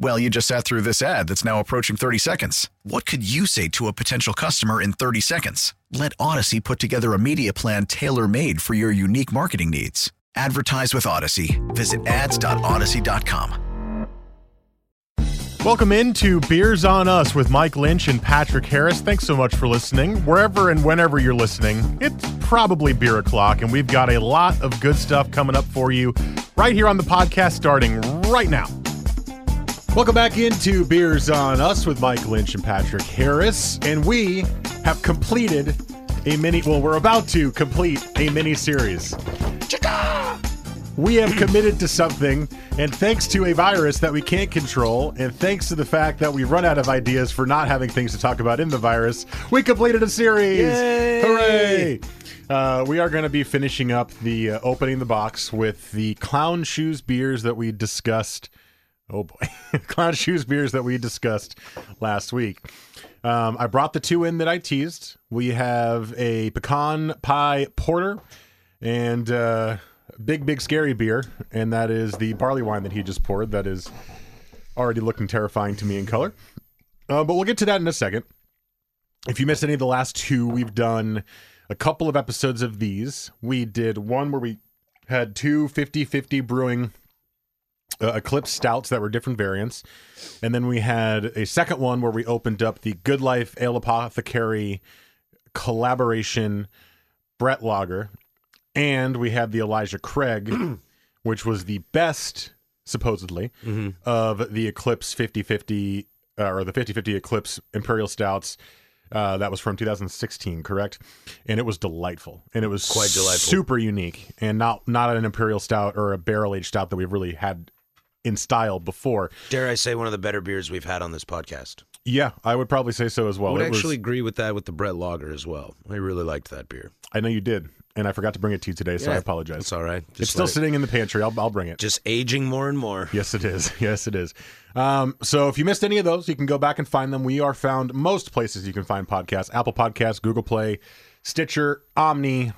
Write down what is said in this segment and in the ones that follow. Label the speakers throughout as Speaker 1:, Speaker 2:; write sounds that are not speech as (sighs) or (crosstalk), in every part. Speaker 1: Well, you just sat through this ad that's now approaching 30 seconds. What could you say to a potential customer in 30 seconds? Let Odyssey put together a media plan tailor made for your unique marketing needs. Advertise with Odyssey. Visit ads.odyssey.com.
Speaker 2: Welcome into Beers on Us with Mike Lynch and Patrick Harris. Thanks so much for listening. Wherever and whenever you're listening, it's probably beer o'clock, and we've got a lot of good stuff coming up for you right here on the podcast starting right now.
Speaker 3: Welcome back into Beers on Us with Mike Lynch and Patrick Harris, and we have completed a mini. Well, we're about to complete a mini series. We have committed to something, and thanks to a virus that we can't control, and thanks to the fact that we've run out of ideas for not having things to talk about in the virus, we completed a series. Hooray! Uh, we are going to be finishing up the uh, opening the box with the clown shoes beers that we discussed Oh boy, (laughs) clown shoes beers that we discussed last week. Um, I brought the two in that I teased. We have a pecan pie porter and uh, big, big scary beer, and that is the barley wine that he just poured. That is already looking terrifying to me in color. Uh, but we'll get to that in a second. If you missed any of the last two, we've done a couple of episodes of these. We did one where we had two 50 50 brewing uh, Eclipse stouts that were different variants. And then we had a second one where we opened up the Good Life Ale Apothecary collaboration Brett Lager. And we had the Elijah Craig, (clears throat) which was the best, supposedly,
Speaker 4: Mm-hmm.
Speaker 3: of the Eclipse 50 50 uh, or the 50 50 Eclipse Imperial Stouts. Uh, that was from 2016, correct? And it was delightful, and it was
Speaker 4: Quite delightful.
Speaker 3: super unique, and not not an imperial stout or a barrel aged stout that we've really had in style before.
Speaker 4: Dare I say one of the better beers we've had on this podcast?
Speaker 3: Yeah, I would probably say so as well.
Speaker 4: I would
Speaker 3: Oh, It was-
Speaker 4: actually agree with that with the Brett Lager as well. I really liked that beer.
Speaker 3: I know you did, and I forgot to bring it to you today, so I
Speaker 4: Yeah,
Speaker 3: apologize.
Speaker 4: It's all right. Just
Speaker 3: it's still
Speaker 4: let it-
Speaker 3: sitting in the pantry. I'll, I'll bring it.
Speaker 4: just aging more and more.
Speaker 3: Yes, it is. (laughs) Yes, it is. Um, so if you missed any of those, you can go back and find them. We are found most places you can find podcasts Apple Podcasts, Google Play, Stitcher, Omni,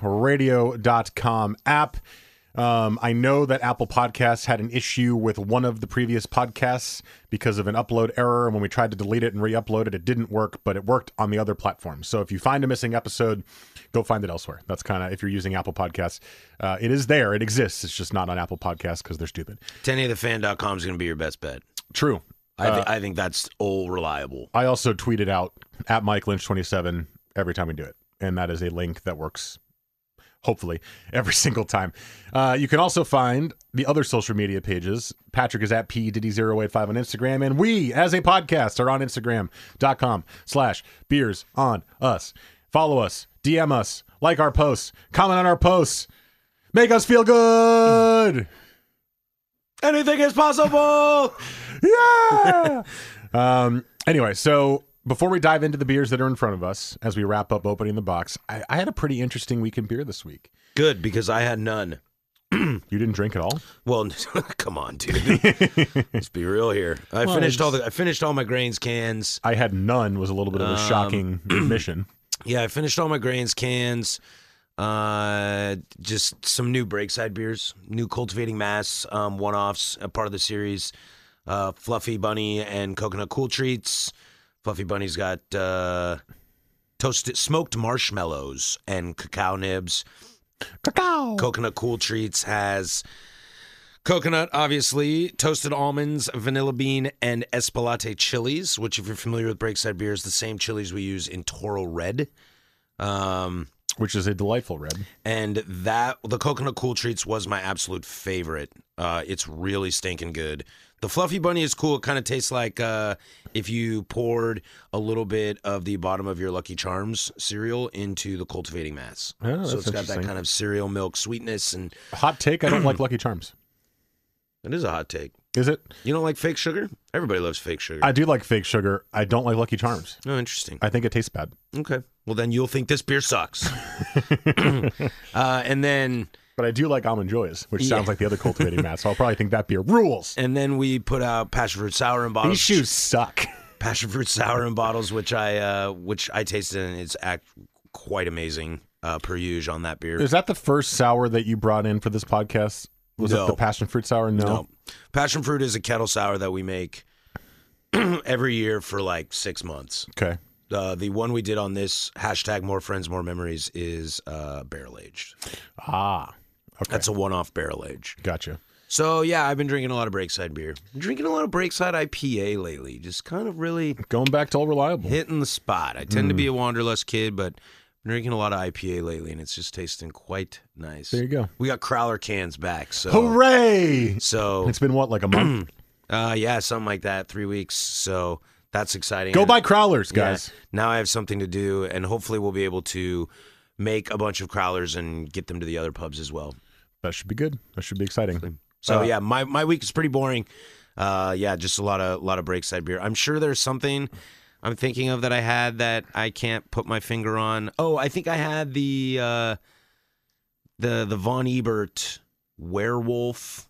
Speaker 3: radio.com app. Um, I know that Apple Podcasts had an issue with one of the previous podcasts because of an upload error. And when we tried to delete it and re upload it, it didn't work, but it worked on the other platform. So if you find a missing episode, go find it elsewhere. That's kind of if you're using Apple Podcasts, uh, it is there, it exists. It's just not on Apple Podcasts because they're stupid.
Speaker 4: Tennyofthefan.com is going to be your best bet.
Speaker 3: True.
Speaker 4: I, thi- I think that's all reliable.
Speaker 3: I also tweeted out at Mike Lynch 27 every time we do it. And that is a link that works, hopefully, (laughs) every single time. Uh, you can also find the other social media pages. Patrick is at E PDiddy085 on Instagram. And we, as a podcast, are on Instagram.com slash beers on us. Follow us, DM us, like our posts, comment on our posts, make us feel good.
Speaker 4: Anything is possible.
Speaker 3: yeah. (laughs) um, anyway, so before we dive into the beers that are in front of us, as we wrap up opening the box, I, I had a pretty interesting week in beer this week.
Speaker 4: Good because I had none.
Speaker 3: You didn't drink at all.
Speaker 4: Well, (laughs) come
Speaker 3: (laughs)
Speaker 4: on, dude. Let's be real here. I
Speaker 3: Well,
Speaker 4: finished all
Speaker 3: it's-
Speaker 4: the I finished all my grains cans.
Speaker 3: I had none. Was a little bit of a
Speaker 4: Um,
Speaker 3: shocking
Speaker 4: (clears throat)
Speaker 3: admission.
Speaker 4: Yeah, I finished all my grains cans. Uh, just some new Breakside beers, new cultivating mass, um, one offs, a part of the series. Uh, Fluffy Bunny and Coconut Cool Treats. Fluffy Bunny's got uh, toasted smoked marshmallows and cacao nibs.
Speaker 3: Cacao.
Speaker 4: Coconut Cool Treats has coconut, obviously, toasted almonds, vanilla bean, and espalate chilies, which, if you're familiar with Breakside beer, is the same chilies we use in Toro Red. Um,
Speaker 3: Which is a delightful red.
Speaker 4: and that the coconut cool treats was my absolute favorite. Uh, it's really stinking good. The fluffy bunny is cool. It kind of tastes like uh, if you poured a little bit of the bottom of your Lucky Charms cereal into the cultivating mass.
Speaker 3: Oh, that's
Speaker 4: so it's got that
Speaker 3: interesting.
Speaker 4: kind of cereal milk sweetness, and
Speaker 3: Hot take: I don't like Lucky Charms.
Speaker 4: it is a hot take.
Speaker 3: Is it?
Speaker 4: You don't like fake sugar? Everybody loves fake sugar.
Speaker 3: I do like fake sugar. I don't like Lucky Charms.
Speaker 4: oh, interesting.
Speaker 3: I think it tastes bad.
Speaker 4: okay. Well, then you'll think this beer
Speaker 3: (laughs)
Speaker 4: sucks. (clears throat) uh, and then.
Speaker 3: But I do like almond joys, which
Speaker 4: Yeah.
Speaker 3: sounds like the other
Speaker 4: (laughs)
Speaker 3: cultivating mass. So I'll probably think that beer rules.
Speaker 4: And then we put out passion fruit sour in bottles.
Speaker 3: These shoes suck.
Speaker 4: passion fruit sour in bottles, which I uh, which I tasted and it's act quite amazing uh, per usual on that beer.
Speaker 3: Is that the first sour that you brought in for this podcast? Was
Speaker 4: No.
Speaker 3: it the passion fruit sour? No.
Speaker 4: No. Passion fruit is a kettle sour that we make (clears throat) every year for like six months.
Speaker 3: Okay.
Speaker 4: Uh, the one we did on this hashtag more friends more memories is uh, barrel aged.
Speaker 3: Ah,
Speaker 4: That's a one off barrel age.
Speaker 3: gotcha.
Speaker 4: So yeah, I've been drinking a lot of Breakside beer. drinking a lot of Breakside IPA lately. Just kind of really
Speaker 3: Going back to all reliable.
Speaker 4: hitting the spot. I tend to
Speaker 3: Hmm.
Speaker 4: be a wanderlust kid, but I'm drinking a lot of IPA lately, and it's just tasting quite nice.
Speaker 3: There you go.
Speaker 4: We got Crowler cans back, so
Speaker 3: Hooray!
Speaker 4: so
Speaker 3: It's been what, like a
Speaker 4: (clears throat)
Speaker 3: month?
Speaker 4: uh, yeah, something like that. Three weeks, so that's exciting.
Speaker 3: Go
Speaker 4: And-
Speaker 3: buy crowlers,
Speaker 4: yeah,
Speaker 3: guys.
Speaker 4: now I have something to do, and hopefully we'll be able to make a bunch of Crowlers and get them to the other pubs as well.
Speaker 3: That should be good. That should be exciting.
Speaker 4: So
Speaker 3: Uh,
Speaker 4: yeah, my, my week is pretty boring. Uh, yeah, just a lot of lot of breakside beer. I'm sure there's something I'm thinking of that I had that I can't put my finger on. Oh, I think I had the uh, the the Von Ebert werewolf.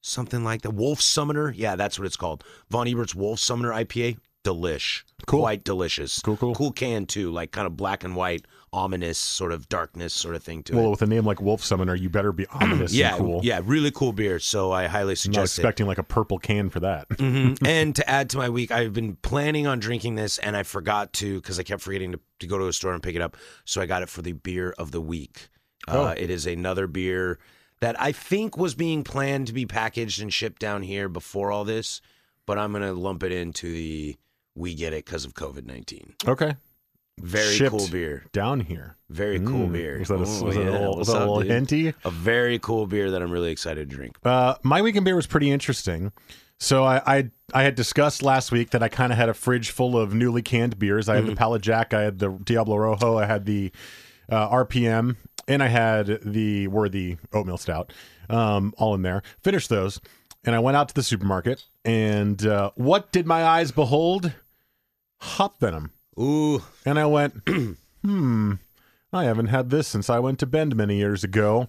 Speaker 4: Something like the Wolf Summoner. Yeah, that's what it's called. Von Ebert's Wolf Summoner IPA. Delish.
Speaker 3: Cool.
Speaker 4: Quite delicious.
Speaker 3: Cool, cool.
Speaker 4: Cool can, too. Like kind of black and white, ominous, sort of darkness sort of thing to
Speaker 3: Well,
Speaker 4: it.
Speaker 3: with a name like Wolf Summoner, you better
Speaker 4: (clears throat)
Speaker 3: be ominous
Speaker 4: Yeah,
Speaker 3: and cool.
Speaker 4: yeah, really cool beer. So I
Speaker 3: I'm
Speaker 4: highly
Speaker 3: not
Speaker 4: suggest it.
Speaker 3: expecting like a purple can for
Speaker 4: (clears throat)
Speaker 3: that. (laughs)
Speaker 4: Mhm. and to add to my week, I've been planning on drinking this, and I forgot to because I kept forgetting to, to go to a store and pick it up. So I got it for the beer of the week.
Speaker 3: Oh.
Speaker 4: Uh, it is another beer that I think was being planned to be packaged and shipped down here before all this, but I'm gonna lump it into the we get it because of COVID nineteen.
Speaker 3: Okay.
Speaker 4: Very
Speaker 3: Shipped
Speaker 4: cool beer.
Speaker 3: Down here.
Speaker 4: Very cool
Speaker 3: Mm.
Speaker 4: beer.
Speaker 3: Was that a,
Speaker 4: Ooh,
Speaker 3: was that a
Speaker 4: yeah,
Speaker 3: little, was
Speaker 4: what's
Speaker 3: that a
Speaker 4: up,
Speaker 3: little
Speaker 4: dude?
Speaker 3: hinty?
Speaker 4: A very cool beer that I'm really excited to drink.
Speaker 3: Uh, my weekend beer was pretty interesting. So I, I I had discussed last week that I kind of had a fridge full of newly canned beers. I had the Pallet Jack, I had the Diablo Rojo, I had the uh, RPM, and I had the Worthy Oatmeal Stout, um, all in there. Finished those, and I went out to the supermarket. And uh, what did my eyes behold? Hop venom.
Speaker 4: Ooh,
Speaker 3: And I went, (clears throat) hmm, I haven't had this since I went to Bend many years ago.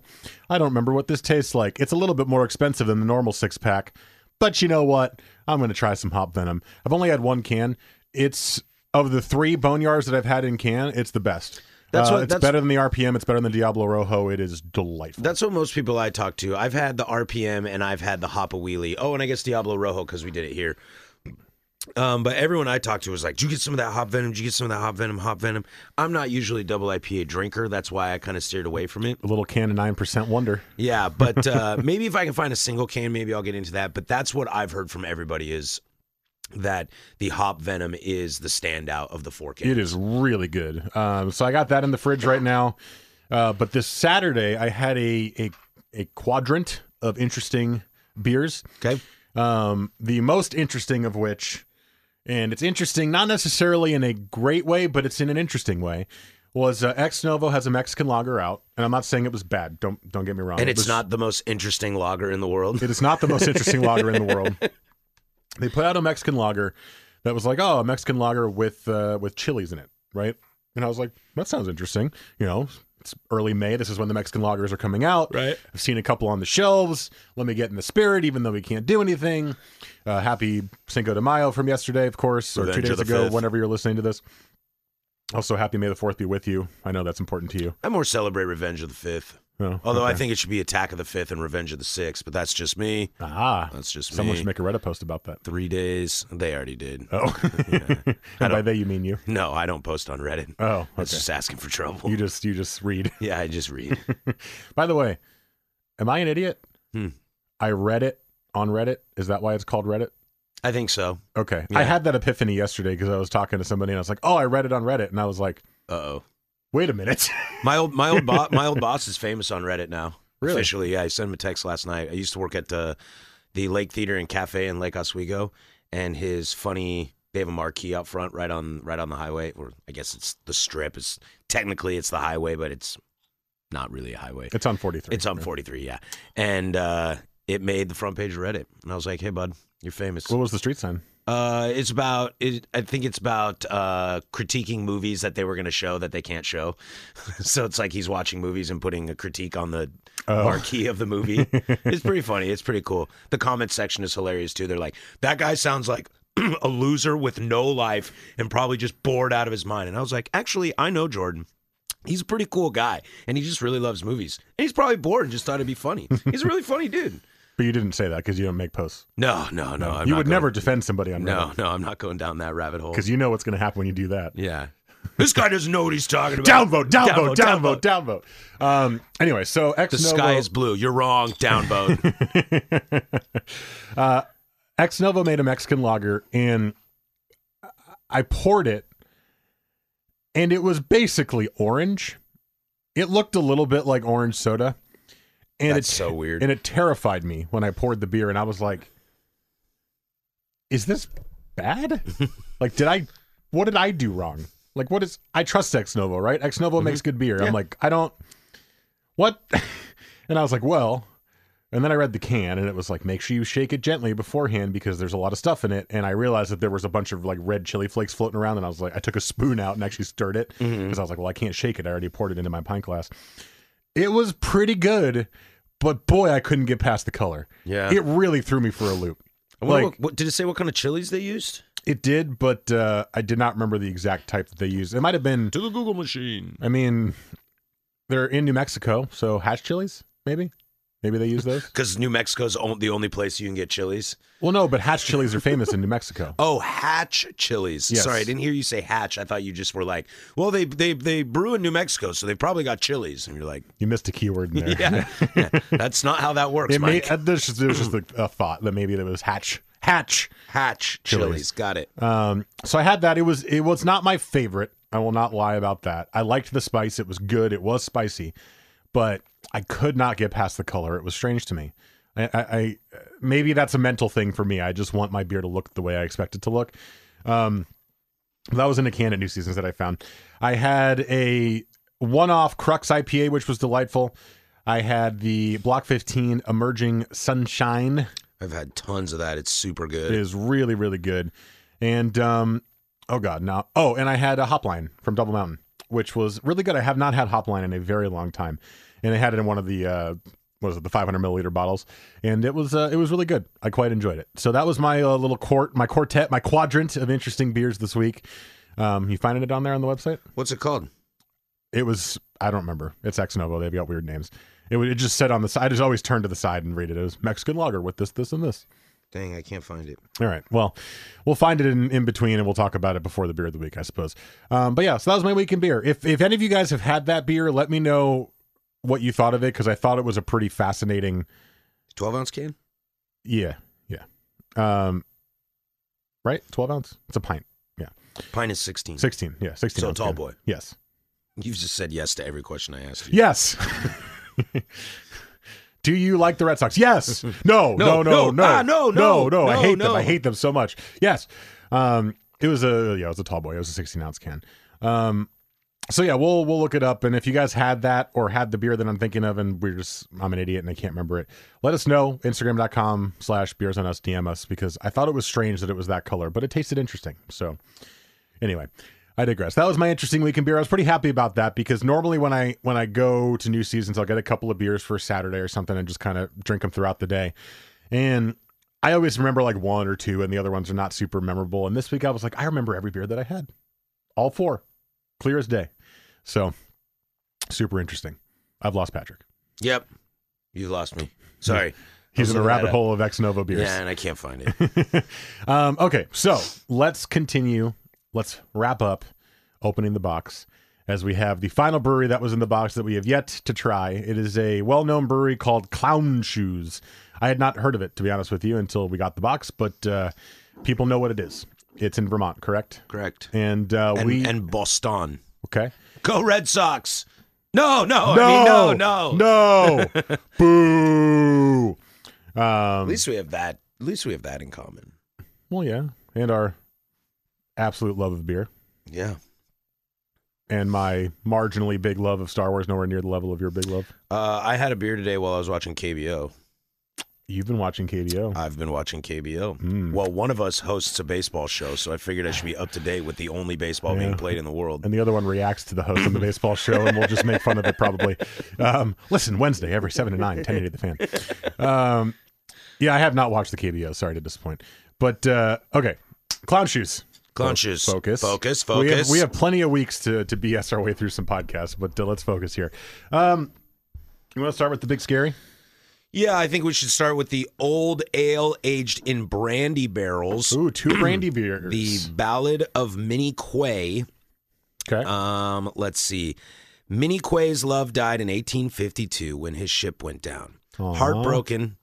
Speaker 3: I don't remember what this tastes like. It's a little bit more expensive than the normal six pack, but you know what? I'm going to try some Hop Venom. I've only had one can. It's of the three boneyards that I've had in can, it's the best.
Speaker 4: That's
Speaker 3: Uh,
Speaker 4: what-
Speaker 3: it's
Speaker 4: that's-
Speaker 3: better than the RPM. It's better than the Diablo Rojo. It is delightful.
Speaker 4: That's what most people I talk to. I've had the RPM and I've had the Hop a Wheelie. Oh, and I guess Diablo Rojo because we did it here. Um, but everyone I talked to was like, "Did you get some of that hop venom? Did you get some of that hop venom? Hop venom." I'm not usually a double IPA drinker. That's why I kind of steered away from it.
Speaker 3: a little can of nine percent wonder.
Speaker 4: Yeah, but uh, (laughs) maybe if I can find a single can, maybe I'll get into that. But that's what I've heard from everybody is that the hop venom is the standout of the four cans.
Speaker 3: It is really good. Um, so I got that in the fridge right now. Uh, but this Saturday, I had a, a a quadrant of interesting beers.
Speaker 4: Okay.
Speaker 3: Um, the most interesting of which, and it's interesting not necessarily in a great way, but it's in an interesting way. Was uh, Ex Novo has a Mexican lager out, and I'm not saying it was bad. Don't don't get me wrong.
Speaker 4: And
Speaker 3: It
Speaker 4: it's
Speaker 3: was-
Speaker 4: not the most interesting lager in the world.
Speaker 3: it is not the most interesting lager in the
Speaker 4: (laughs)
Speaker 3: world. They put out a Mexican lager that was like, oh, a Mexican lager with uh, with chilies in it, right? And I was like, that sounds interesting. You know, it's early May. This is when the Mexican lagers are coming out.
Speaker 4: Right.
Speaker 3: I've seen a couple on the shelves. Let me get in the spirit, even though we can't do anything. Uh, happy Cinco de Mayo from yesterday, of course, or two
Speaker 4: Revenge
Speaker 3: days
Speaker 4: of the
Speaker 3: ago,
Speaker 4: fifth.
Speaker 3: whenever you're listening to this. Also, happy May the Fourth be with you. I know that's important to you.
Speaker 4: I more celebrate Revenge of the Fifth.
Speaker 3: Oh,
Speaker 4: Although I
Speaker 3: okay.
Speaker 4: think it should be Attack of the Fifth and Revenge of the Sixth, but that's just me.
Speaker 3: ah,
Speaker 4: That's just
Speaker 3: someone
Speaker 4: me.
Speaker 3: should make a Reddit post about that.
Speaker 4: Three days. They already did.
Speaker 3: Oh, (laughs) and by they you mean you?
Speaker 4: No, I don't post on Reddit.
Speaker 3: Oh,
Speaker 4: That's
Speaker 3: okay.
Speaker 4: just asking for trouble.
Speaker 3: You just you just read.
Speaker 4: yeah, I just read.
Speaker 3: (laughs) By the way, am I an idiot?
Speaker 4: Hmm.
Speaker 3: I read it on Reddit. Is that why it's called Reddit?
Speaker 4: I think so.
Speaker 3: Okay.
Speaker 4: Yeah.
Speaker 3: I had that epiphany yesterday because I was talking to somebody and I was like, "Oh, I read it on Reddit," and I was like,
Speaker 4: Uh oh.
Speaker 3: "Wait a minute." (laughs)
Speaker 4: My old my old bo- my old boss is famous on Reddit now.
Speaker 3: Really?
Speaker 4: Officially, yeah. I sent him a text last night. I used to work at uh, the Lake Theater and Cafe in Lake Oswego, and his funny. They have a marquee out front, right on right on the highway, or I guess it's the strip. It's technically it's the highway, but it's not really a highway.
Speaker 3: It's on 43.
Speaker 4: It's on 43, yeah. And uh, it made the front page of Reddit. And I was like, hey, bud, you're famous.
Speaker 3: What was the street sign?
Speaker 4: Uh, it's about, it, I think it's about uh, critiquing movies that they were going to show that they can't show. (laughs) so it's like he's watching movies and putting a critique on the
Speaker 3: Oh.
Speaker 4: marquee of
Speaker 3: (laughs)
Speaker 4: the movie. it's pretty funny. It's pretty cool. The comment section is hilarious, too. They're like, that guy sounds like. (clears throat) a loser with no life and probably just bored out of his mind. And I was like, actually, I know Jordan. He's a pretty cool guy, and he just really loves movies. And he's probably bored and just thought it'd be funny. He's
Speaker 3: (laughs)
Speaker 4: a really funny dude.
Speaker 3: But you didn't say that because you don't make posts.
Speaker 4: No, no, no. I'm
Speaker 3: you
Speaker 4: not
Speaker 3: would
Speaker 4: going-
Speaker 3: never defend somebody on
Speaker 4: (laughs) No, no, I'm not going down that rabbit hole.
Speaker 3: because you know what's going to happen when you do that.
Speaker 4: Yeah, this guy doesn't know what he's talking about.
Speaker 3: Downvote, downvote, downvote, downvote. Um, anyway, so ex
Speaker 4: The
Speaker 3: novo,
Speaker 4: sky is blue. You're
Speaker 3: (laughs)
Speaker 4: wrong. Downvote.
Speaker 3: Uh, ex novo made a Mexican lager, and I poured it, and it was basically orange. It looked a little bit like orange soda, and
Speaker 4: That's
Speaker 3: it,
Speaker 4: so weird.
Speaker 3: And it terrified me when I poured the beer, and I was like, "Is this
Speaker 4: (laughs)
Speaker 3: bad? like, did I? What did I do wrong? Like, what is? I trust Ex Novo, right? Ex Novo
Speaker 4: Mm-hmm.
Speaker 3: makes good beer. I'm like, I don't. What? (laughs) and I was like, well. And then I read the can, and it was like, make sure you shake it gently beforehand because there's a lot of stuff in it. And I realized that there was a bunch of like red chili flakes floating around, and I was like, I took a spoon out and actually stirred it because
Speaker 4: Mm-hmm.
Speaker 3: I was like, well, I can't shake it. I already poured it into my pint glass. It was pretty good, but boy, I couldn't get past the color.
Speaker 4: Yeah.
Speaker 3: it really threw me for a loop.
Speaker 4: I wonder
Speaker 3: Like-
Speaker 4: what, what- did it say? What kind of chilies they used?
Speaker 3: It did, but uh, I did not remember the exact type that they used. It might have been.
Speaker 4: To the Google machine.
Speaker 3: I mean, they're in New Mexico, so hash chilies, maybe. Maybe they
Speaker 4: (laughs)
Speaker 3: use those.
Speaker 4: Because New Mexico's on, the only place you can get chilies.
Speaker 3: Well, no, but hash chilies are famous in New Mexico.
Speaker 4: Oh, hatch chilies.
Speaker 3: Yes.
Speaker 4: Sorry, I didn't hear you say hatch. I thought you just were like, well, they they they brew in New Mexico, so they probably got chilies. And you're like,
Speaker 3: You missed a keyword in there.
Speaker 4: (laughs)
Speaker 3: (laughs)
Speaker 4: yeah, yeah, that's not how that works,
Speaker 3: It may,
Speaker 4: Mike.
Speaker 3: uh, there's just, there's just a, a thought that maybe there was hatch hatch.
Speaker 4: Hatch
Speaker 3: Chilies.
Speaker 4: chilies. Got it.
Speaker 3: Um, so I had that. It was it was not my favorite. I will not lie about that. I liked the spice. It was good. It was spicy, but I could not get past the color. It was strange to me. I, I, I maybe that's a mental thing for me. I just want my beer to look the way I expect it to look. Um, that was in a can at New Seasons that I found. I had a one-off Crux IPA, which was delightful. I had the Block 15 Emerging Sunshine
Speaker 4: I've had tons of that. It's super good.
Speaker 3: is really really good and um oh god now oh and i had a hopline from double mountain which was really good i have not had hopline in a very long time and i had it in one of the uh what was it the 500 milliliter bottles and it was uh, it was really good i quite enjoyed it so that was my uh, little court my quartet my quadrant of interesting beers this week um you finding it on there on the website
Speaker 4: What's it called?
Speaker 3: it was i don't remember it's ex novo they've got weird names it, would- it just said on the side i just always turned to the side and read it it was mexican lager with this this and this
Speaker 4: Dang, I can't find it.
Speaker 3: all right. Well, we'll find it in, in between and we'll talk about it before the beer of the week, I suppose. Um, but yeah, so that was my week in beer. If if any of you guys have had that beer, let me know what you thought of it because I thought it was a pretty fascinating.
Speaker 4: Twelve ounce can.
Speaker 3: Yeah, yeah. Um, right, twelve ounce. It's a pint. Yeah,
Speaker 4: Pine is sixteen.
Speaker 3: sixteen. Yeah, sixteen.
Speaker 4: So
Speaker 3: ounce
Speaker 4: tall
Speaker 3: can.
Speaker 4: boy.
Speaker 3: Yes.
Speaker 4: You've just said yes to every question I asked you.
Speaker 3: Yes. (laughs) Do you like the Red Sox?
Speaker 4: (laughs)
Speaker 3: Yes. No. No.
Speaker 4: No,
Speaker 3: No. No.
Speaker 4: no,
Speaker 3: No.
Speaker 4: ah, no, no,
Speaker 3: No. I
Speaker 4: no,
Speaker 3: hate them.
Speaker 4: no.
Speaker 3: I hate them so much. Yes. Um. It was a yeah. It was a tall boy. It was a 16 ounce can. Um. So yeah, we'll we'll look it up, and if you guys had that or had the beer that I'm thinking of, and we're just I'm an idiot and I can't remember it, let us know. Instagram.com slash beers on us DM us because I thought it was strange that it was that color, but it tasted interesting. So anyway i digress that was my interesting week in beer i was pretty happy about that because normally when i when i go to new seasons i'll get a couple of beers for saturday or something and just kind of drink them throughout the day and i always remember like one or two and the other ones are not super memorable and this week i was like i remember every beer that i had all four clear as day so super interesting i've lost patrick
Speaker 4: Yep. You've lost me. Sorry.
Speaker 3: (laughs) he's
Speaker 4: I was
Speaker 3: in a
Speaker 4: looking
Speaker 3: rabbit
Speaker 4: that up.
Speaker 3: hole of ex novo beers
Speaker 4: Yeah, and I can't find
Speaker 3: (laughs)
Speaker 4: it.
Speaker 3: um, okay, so let's continue. Let's wrap up opening the box as we have the final brewery that was in the box that we have yet to try. It is a well known brewery called Clown Shoes. I had not heard of it, to be honest with you, until we got the box, but uh, people know what it is. It's in Vermont, correct?
Speaker 4: Correct.
Speaker 3: And, uh,
Speaker 4: And,
Speaker 3: we.
Speaker 4: and Boston.
Speaker 3: okay.
Speaker 4: Go Red Sox. Oh, (laughs) No, no, I mean, no, no.
Speaker 3: No. Boo. Um,
Speaker 4: At least we have that. At least we have that in common.
Speaker 3: well, yeah, and our absolute love of beer
Speaker 4: Yeah.
Speaker 3: and my marginally big love of Star Wars, nowhere near the level of your big love.
Speaker 4: Uh, I had a beer today while I was watching KBO.
Speaker 3: You've been watching KDO.
Speaker 4: I've been watching KBO.
Speaker 3: Mm.
Speaker 4: Well, one of us hosts a baseball show, so I figured I should be up to date with the only baseball
Speaker 3: Yeah.
Speaker 4: being played in the world.
Speaker 3: and the other one reacts to the host on the baseball show, and we'll just make fun of it probably. Um, listen, Wednesday, every 7 to 9, 1080 The Fan. Um, yeah, I have not watched the KBO. Sorry to disappoint. But, uh, okay, Clown Shoes.
Speaker 4: Clown Shoes.
Speaker 3: Focus.
Speaker 4: Focus,
Speaker 3: We have,
Speaker 4: focus.
Speaker 3: we have plenty of weeks to, to BS our way through some podcasts, but uh, let's focus here. Um, you want to start with the big scary?
Speaker 4: Yeah, I think we should start with the old ale aged in brandy barrels.
Speaker 3: Ooh,
Speaker 4: (clears throat)
Speaker 3: two brandy beers.
Speaker 4: The Ballad of Minnie Quay.
Speaker 3: okay.
Speaker 4: Um, let's see. Minnie Quay's love died in 1852 when his ship went down.
Speaker 3: Aw.
Speaker 4: Heartbroken,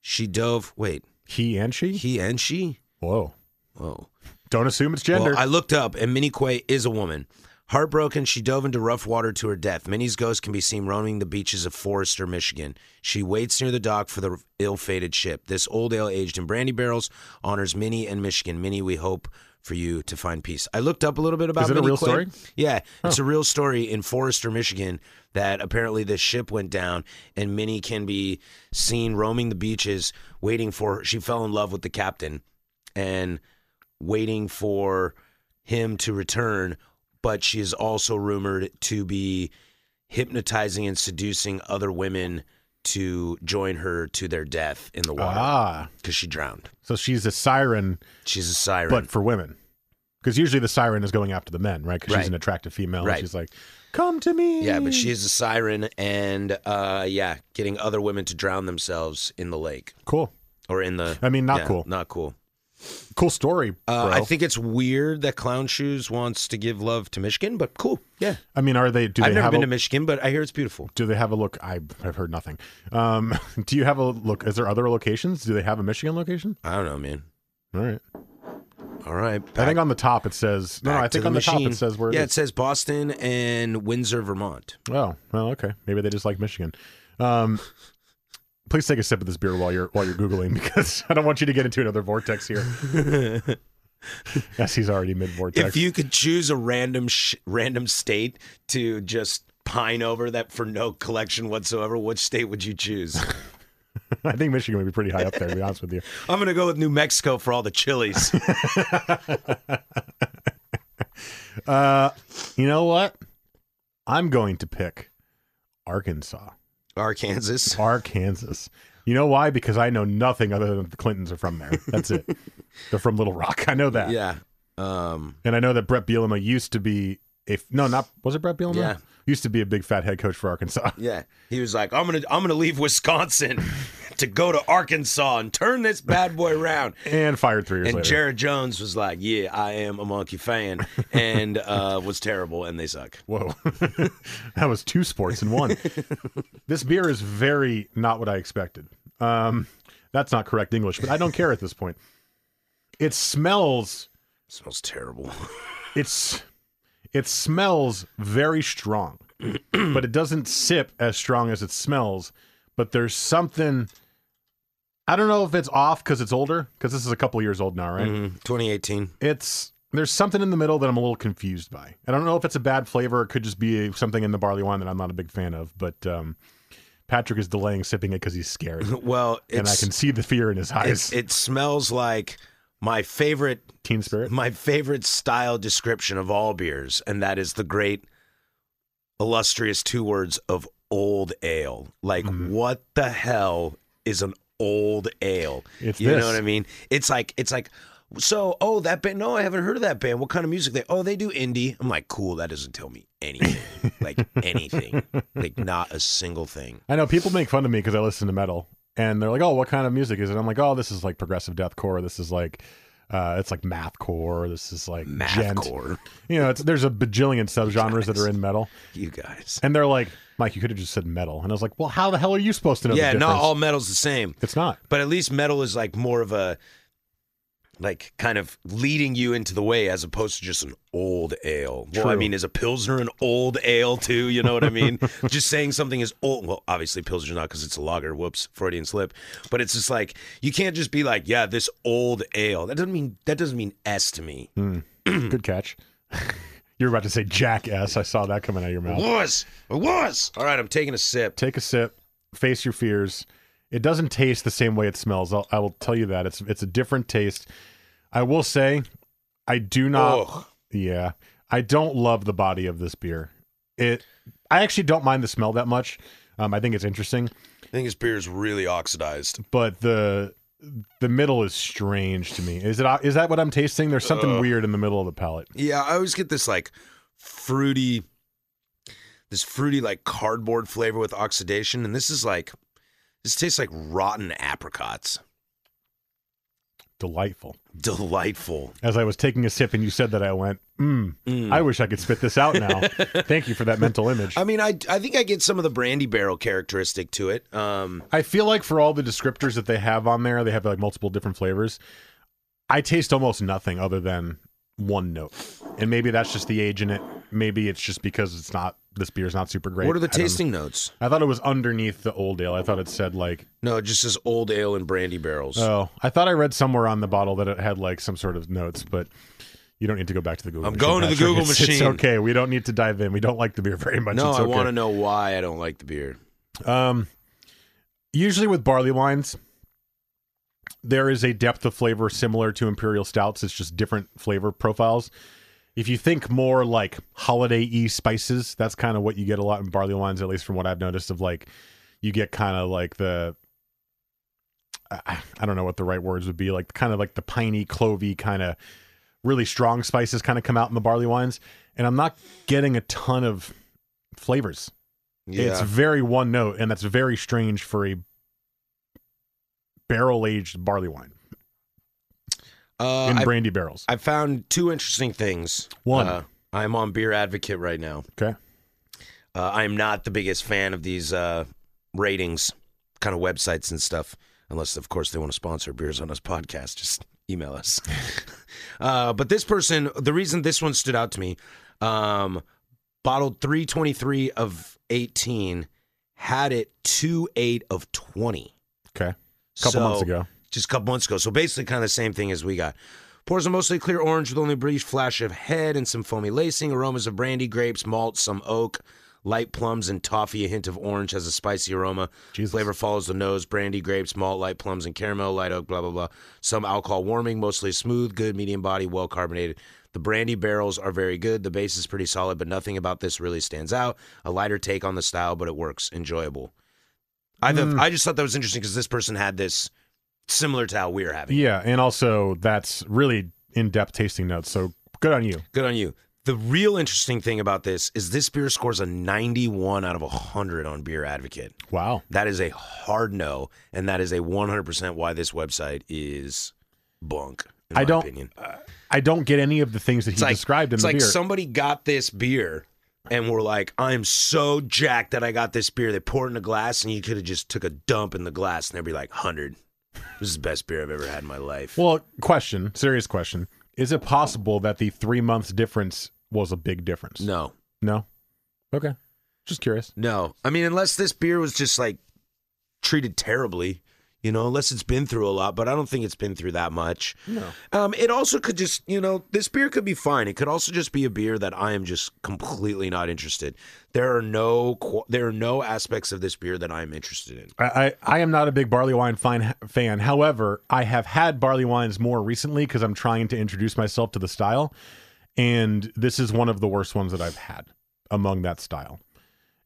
Speaker 4: she dove. Wait,
Speaker 3: he and she?
Speaker 4: he and she?
Speaker 3: Whoa.
Speaker 4: Whoa.
Speaker 3: Don't assume it's gender.
Speaker 4: Well, I looked up, and Minnie Quay is a woman. Heartbroken, she dove into rough water to her death. Minnie's ghost can be seen roaming the beaches of Forester, Michigan. She waits near the dock for the ill-fated ship. This old ale aged in brandy barrels honors Minnie and Michigan. Minnie, we hope for you to find peace. I looked up a little bit about
Speaker 3: Is it a
Speaker 4: Minnie
Speaker 3: real
Speaker 4: Quay.
Speaker 3: story?
Speaker 4: Yeah, it's a real story in Forester, Michigan, that apparently this ship went down and Minnie can be seen roaming the beaches waiting for She fell in love with the captain and waiting for him to return, but she is also rumored to be hypnotizing and seducing other women to join her to their death in the water
Speaker 3: ah,
Speaker 4: because she drowned.
Speaker 3: so she's a siren.
Speaker 4: She's a siren.
Speaker 3: but for women. Because usually the siren is going after the men, right? Because
Speaker 4: Right.
Speaker 3: she's an attractive female. and
Speaker 4: Right.
Speaker 3: she's like, come to me.
Speaker 4: yeah, but she is a siren and uh yeah, getting other women to drown themselves in the lake
Speaker 3: Cool.
Speaker 4: or in the
Speaker 3: I mean, not
Speaker 4: yeah,
Speaker 3: cool.
Speaker 4: Not cool.
Speaker 3: Cool story,
Speaker 4: Uh,
Speaker 3: bro.
Speaker 4: I think it's weird that Clown Shoes wants to give love to Michigan, but cool. Yeah.
Speaker 3: I mean, are they, do
Speaker 4: I've
Speaker 3: they
Speaker 4: never
Speaker 3: have
Speaker 4: been
Speaker 3: a,
Speaker 4: to Michigan, but I hear it's beautiful.
Speaker 3: do they have a look? I've, I've heard nothing. Um, (laughs) do you have a look? Is there other locations? Do they have a Michigan location?
Speaker 4: I don't know, man.
Speaker 3: All right.
Speaker 4: All right.
Speaker 3: I
Speaker 4: back-
Speaker 3: think on the top it says, no, no, I
Speaker 4: back
Speaker 3: think
Speaker 4: to the
Speaker 3: on the top
Speaker 4: machine.
Speaker 3: it says where it
Speaker 4: yeah,
Speaker 3: is.
Speaker 4: it says Boston and Windsor, Vermont.
Speaker 3: Oh, well, okay. Maybe they just like Michigan. Um, (laughs) please take a sip of this beer while you're while you're googling (laughs) because I don't want you to get into another vortex
Speaker 4: (laughs)
Speaker 3: here. yes, he's already mid vortex.
Speaker 4: If you could choose a random sh- random state to just pine over that for no collection whatsoever, which state would you
Speaker 3: (laughs)
Speaker 4: choose?
Speaker 3: (laughs) I think Michigan would be pretty high up there, to be honest with you.
Speaker 4: I'm gonna go with New Mexico for all the chilies. (laughs)
Speaker 3: Uh, you know what? I'm going to pick Arkansas,
Speaker 4: Arkansas.
Speaker 3: (laughs) Arkansas. You know why? Because I know nothing other than that the Clintons are from there. That's it. They're from Little Rock. I know that.
Speaker 4: Yeah. Um,
Speaker 3: And I know that Brett Bielema used to be a no, not was it Brett Bielema?
Speaker 4: Yeah.
Speaker 3: Used to be a big fat head coach for Arkansas.
Speaker 4: yeah. He was like, I'm gonna I'm gonna leave Wisconsin (laughs) to go to Arkansas and turn this bad boy around.
Speaker 3: and fired three (laughs) years
Speaker 4: And
Speaker 3: later.
Speaker 4: Jared Jones was like, Yeah, I am a
Speaker 3: (laughs)
Speaker 4: monkey fan and uh, was terrible and they suck.
Speaker 3: Whoa, (laughs) that was two sports in one. this beer is very not what I expected. Um, that's not correct English, but I don't care at this point. It smells.
Speaker 4: Smells terrible. (laughs)
Speaker 3: It's it smells very strong, but it doesn't sip as strong as it smells. But there's something. I don't know if it's off because it's older, because this is a couple years old now, right?
Speaker 4: Mhm. 2018.
Speaker 3: it's there's something in the middle that I'm a little confused by. And I don't know if it's a bad flavor. It could just be something in the barley wine that I'm not a big fan of. But um, Patrick is delaying sipping it because he's scared,
Speaker 4: Well, (laughs) it's,
Speaker 3: and I can see the fear in his eyes.
Speaker 4: it's, it smells like my favorite
Speaker 3: Teen spirit.
Speaker 4: my favorite style description of all beers, and that is the great illustrious two words of old ale. Like
Speaker 3: Mm-hmm.
Speaker 4: what the hell is an old ale?
Speaker 3: It's
Speaker 4: you
Speaker 3: this.
Speaker 4: know what I mean? It's like it's like so oh that band no I haven't heard of that band. What kind of music they oh they do indie. I'm like cool that doesn't tell me anything. like
Speaker 3: (laughs)
Speaker 4: anything. Like not a single thing.
Speaker 3: I know people make fun of me because I listen to metal, and they're like, "Oh, what kind of music is it?" I'm like, "Oh, this is like progressive deathcore. This is like." Uh, it's like mathcore. This is like gent.
Speaker 4: Mathcore.
Speaker 3: You know, it's, there's a bajillion subgenres that are in metal,
Speaker 4: You guys.
Speaker 3: and they're like, "Mike, you could have just said metal." And I was like, "Well, how the hell are you supposed to know?"
Speaker 4: Yeah,
Speaker 3: the
Speaker 4: not
Speaker 3: difference?"
Speaker 4: all metal's the same.
Speaker 3: It's not.
Speaker 4: But at least metal is like more of a like kind of leading you into the way as opposed to just an old ale. Well, I
Speaker 3: True.
Speaker 4: mean, is a pilsner an old ale too? You know what
Speaker 3: (laughs)
Speaker 4: I mean? just saying something is old. Well, obviously pilsner's not because it's a lager. Whoops, Freudian slip. But it's just like you can't just be like, yeah, this old ale. That doesn't mean that doesn't mean s to me.
Speaker 3: Hmm. Good catch. (laughs) You're about to say jackass. I saw that coming out of your mouth.
Speaker 4: was. It was. All right, I'm taking a sip.
Speaker 3: Take a sip. Face your fears. It doesn't taste the same way it smells. I'll, I will tell you that. It's it's a different taste. I will say, I do not.
Speaker 4: Ugh.
Speaker 3: Yeah, I don't love the body of this beer. It. I actually don't mind the smell that much. Um, I think it's interesting,
Speaker 4: I think this beer is really oxidized.
Speaker 3: but the the middle is strange to me. Is it? Is that what I'm tasting? There's something weird in the middle of the palate.
Speaker 4: Yeah, I always get this like fruity, this fruity like cardboard flavor with oxidation, and this is like this tastes like rotten apricots.
Speaker 3: Delightful.
Speaker 4: Delightful.
Speaker 3: As I was taking a sip and you said that, I went, mm, I wish I could spit this out now.
Speaker 4: (laughs)
Speaker 3: Thank you for that mental image.
Speaker 4: I mean, I I think I get some of the brandy barrel characteristic to it. Um,
Speaker 3: I feel like for all the descriptors that they have on there, they have like multiple different flavors. I taste almost nothing other than one note. And maybe that's just the age in it. Maybe it's just because it's not, this beer's not super great.
Speaker 4: what are
Speaker 3: I
Speaker 4: the
Speaker 3: don't know.
Speaker 4: tasting notes?
Speaker 3: I thought it was underneath the old ale. I thought it said like,
Speaker 4: No, it just says old ale and brandy barrels.
Speaker 3: oh, I thought I read somewhere on the bottle that it had like some sort of notes, but you don't need to go back to the Google.
Speaker 4: I'm
Speaker 3: machine,
Speaker 4: going to the
Speaker 3: Patrick.
Speaker 4: Google
Speaker 3: It's- It's
Speaker 4: machine.
Speaker 3: okay. We don't need to dive in. We don't like the beer very much.
Speaker 4: no,
Speaker 3: it's
Speaker 4: I
Speaker 3: okay.
Speaker 4: want to know why I don't like the beer.
Speaker 3: Um, usually with barley wines, there is a depth of flavor similar to imperial stouts. It's just different flavor profiles. If you think more like holiday y spices, that's kind of what you get a lot in barley wines, at least from what I've noticed. Of like, you get kind of like the I, I don't know what the right words would be, like kind of like the piney, clovey kind of really strong spices kind of come out in the barley wines. And I'm not getting a ton of flavors.
Speaker 4: Yeah,
Speaker 3: It's very one note, and that's very strange for a barrel aged barley wine
Speaker 4: uh,
Speaker 3: in
Speaker 4: I,
Speaker 3: brandy barrels.
Speaker 4: I found two interesting things.
Speaker 3: One.
Speaker 4: Uh, I'm on Beer Advocate right now.
Speaker 3: okay.
Speaker 4: Uh, I am not the biggest fan of these uh, ratings kind of websites and stuff, unless, of course, they want to sponsor Beers on Us podcast. Just email us. uh, but this person, the reason this one stood out to me, um, bottled 323 of 18, had it 28 of 20.
Speaker 3: Okay. Couple months ago.
Speaker 4: Just a couple months ago. So basically, kind of the same thing as we got. Pours a mostly clear orange with only a brief flash of head and some foamy lacing, aromas of brandy, grapes, malt, some oak, light plums, and toffee. A hint of orange has a spicy aroma.
Speaker 3: Jesus.
Speaker 4: Flavor follows the nose brandy, grapes, malt, light plums, and caramel, light oak, blah, blah, blah. Some alcohol warming, mostly smooth, good, medium body, well carbonated. The brandy barrels are very good. The base is pretty solid, but nothing about this really stands out. A lighter take on the style, but it works. Enjoyable. I, th-
Speaker 3: Mm.
Speaker 4: I just thought that was interesting because this person had this similar to how we're having. it.
Speaker 3: Yeah, and also that's really in depth tasting notes. So good on you.
Speaker 4: Good on you. The real interesting thing about this is this beer scores a 91 out of 100 on Beer Advocate.
Speaker 3: Wow.
Speaker 4: That is a hard no, and that is a 100% why this website is bunk. In
Speaker 3: I
Speaker 4: my
Speaker 3: don't-
Speaker 4: Opinion.
Speaker 3: I don't get any of the things that he
Speaker 4: It's like,
Speaker 3: described in
Speaker 4: it's
Speaker 3: the
Speaker 4: like
Speaker 3: beer.
Speaker 4: somebody got this beer and were like, I'm so jacked that I got this beer. They poured it in a glass, and you could have just took a dump in the glass, and they'd be like, 100. This is the best beer I've ever had in my life.
Speaker 3: well, question, serious question. Is it possible that the three months difference was a big difference?
Speaker 4: no.
Speaker 3: No. Okay. Just curious.
Speaker 4: No, I mean unless this beer was just like treated terribly, you know, unless it's been through a lot. But I don't think it's been through that much. No. Um, it also could just, you know, this beer could be fine. It could also just be a beer that I am just completely not interested. There are no qu- there are no aspects of this beer that I am interested in.
Speaker 3: I, I I am not a big barley wine fine, fan. However, I have had barley wines more recently because I'm trying to introduce myself to the style, and this is one of the worst ones that I've had among that style.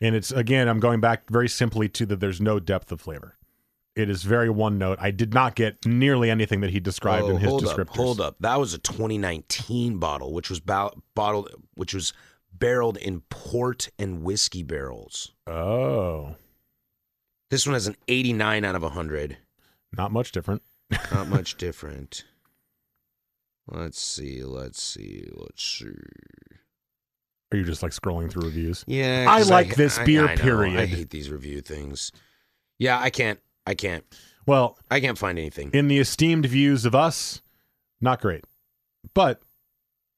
Speaker 3: And it's again, I'm going back very simply to that. There's no depth of flavor. It is very one note. I did not get nearly anything that he described
Speaker 4: Oh,
Speaker 3: in his
Speaker 4: hold
Speaker 3: descriptors.
Speaker 4: up, hold up. That was a 2019 bottle, which was bo- bottled, which was barreled in port and whiskey barrels.
Speaker 3: Oh,
Speaker 4: This one has an 89 out of 100.
Speaker 3: not much different.
Speaker 4: Not much different. Let's see, let's see, let's see.
Speaker 3: Are you just like scrolling through reviews?
Speaker 4: Yeah,
Speaker 3: I
Speaker 4: 'cause
Speaker 3: like this beer,
Speaker 4: know, I
Speaker 3: period.
Speaker 4: hate these review things. Yeah, I can't. I can't.
Speaker 3: Well,
Speaker 4: I can't find anything.
Speaker 3: in the esteemed views of us, Not great. But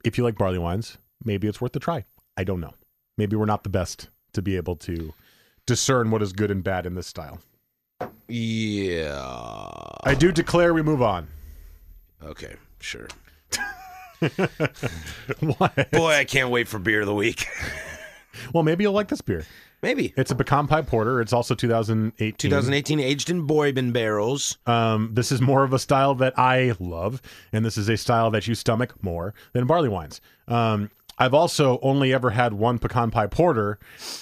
Speaker 3: if you like barley wines, maybe it's worth a try. I don't know. Maybe we're not the best to be able to discern what is good and bad in this style.
Speaker 4: Yeah.
Speaker 3: I do declare we move on.
Speaker 4: Okay, sure.
Speaker 3: What?
Speaker 4: Boy, I can't wait for beer of the week.
Speaker 3: Well, maybe you'll like this beer.
Speaker 4: (laughs) Maybe.
Speaker 3: It's a pecan pie porter. It's also 2018.
Speaker 4: 2018 aged in bourbon barrels.
Speaker 3: Um, this is more of a style that I love, and this is a style that you stomach more than barley wines. Um, I've also only ever had one pecan pie porter,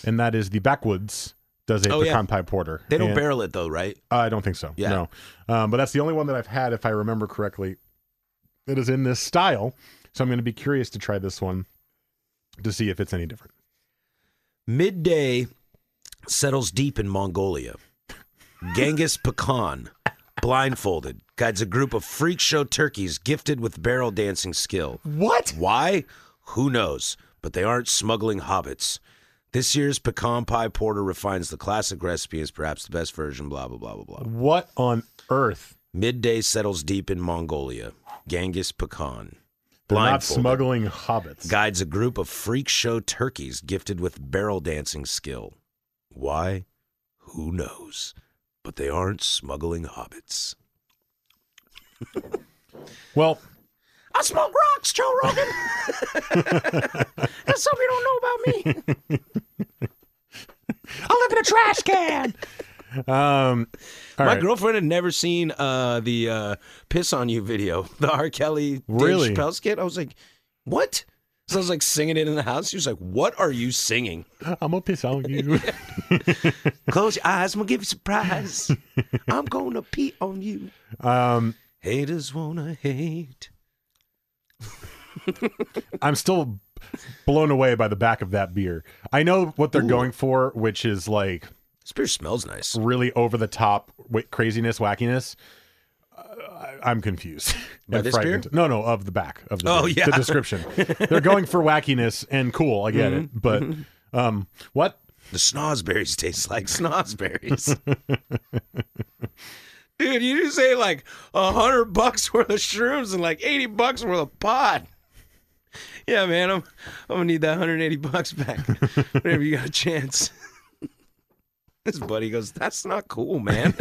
Speaker 3: and that is the Backwoods does a
Speaker 4: Oh, yeah.
Speaker 3: pecan pie porter.
Speaker 4: They don't
Speaker 3: And-
Speaker 4: barrel it though, right?
Speaker 3: I don't think so.
Speaker 4: Yeah.
Speaker 3: No. Um, but that's the only one that I've had, if I remember correctly, that is in this style. So I'm going to be curious to try this one to see if it's any different.
Speaker 4: Midday settles deep in Mongolia. Genghis Pecan, blindfolded, guides a group of freak show turkeys gifted with barrel dancing skill.
Speaker 3: What?
Speaker 4: Why? Who knows? But they aren't smuggling hobbits. This year's pecan pie porter refines the classic recipe as perhaps the best version, blah, blah, blah, blah, blah.
Speaker 3: What on earth?
Speaker 4: Midday settles deep in Mongolia. Genghis Pecan.
Speaker 3: They're not
Speaker 4: Blindfolded.
Speaker 3: smuggling hobbits.
Speaker 4: guides a group of freak show turkeys gifted with barrel dancing skill. Why? Who knows? But they aren't smuggling hobbits.
Speaker 3: Well,
Speaker 4: I smoke rocks, Joe Rogan. That's something you don't know about me.
Speaker 3: I live in a trash can. um, all
Speaker 4: My
Speaker 3: right.
Speaker 4: girlfriend had never seen uh, the uh, "Piss on You" video, the R. Kelly Dave
Speaker 3: Really?
Speaker 4: Chappelle skit. I was like, "What?" So I was like singing it in the house. She was like, "What are you singing?"
Speaker 3: I'm gonna piss on you.
Speaker 4: Close your eyes, I'm gonna give you a (laughs) surprise. I'm gonna pee on you.
Speaker 3: um,
Speaker 4: Haters wanna hate.
Speaker 3: I'm still blown away by the back of that beer. I know what they're going for, which is like
Speaker 4: This beer smells nice.
Speaker 3: really over the top wi- craziness, wackiness. Uh, I- I'm confused. (laughs)
Speaker 4: By
Speaker 3: And
Speaker 4: this beer?
Speaker 3: frightened. No, no, of the back of the
Speaker 4: Oh,
Speaker 3: beer,
Speaker 4: yeah.
Speaker 3: the
Speaker 4: (laughs)
Speaker 3: description. They're going for wackiness and cool. I get
Speaker 4: Mm-hmm.
Speaker 3: it, but um, what?
Speaker 4: The snozberries taste like snozberries. (laughs) Dude, you just ate like a hundred bucks worth of shrooms and like eighty bucks worth of pot. Yeah, man, I'm I'm gonna need that 180 bucks back (laughs) whenever you got a chance. (laughs) His buddy goes, "That's not cool, man."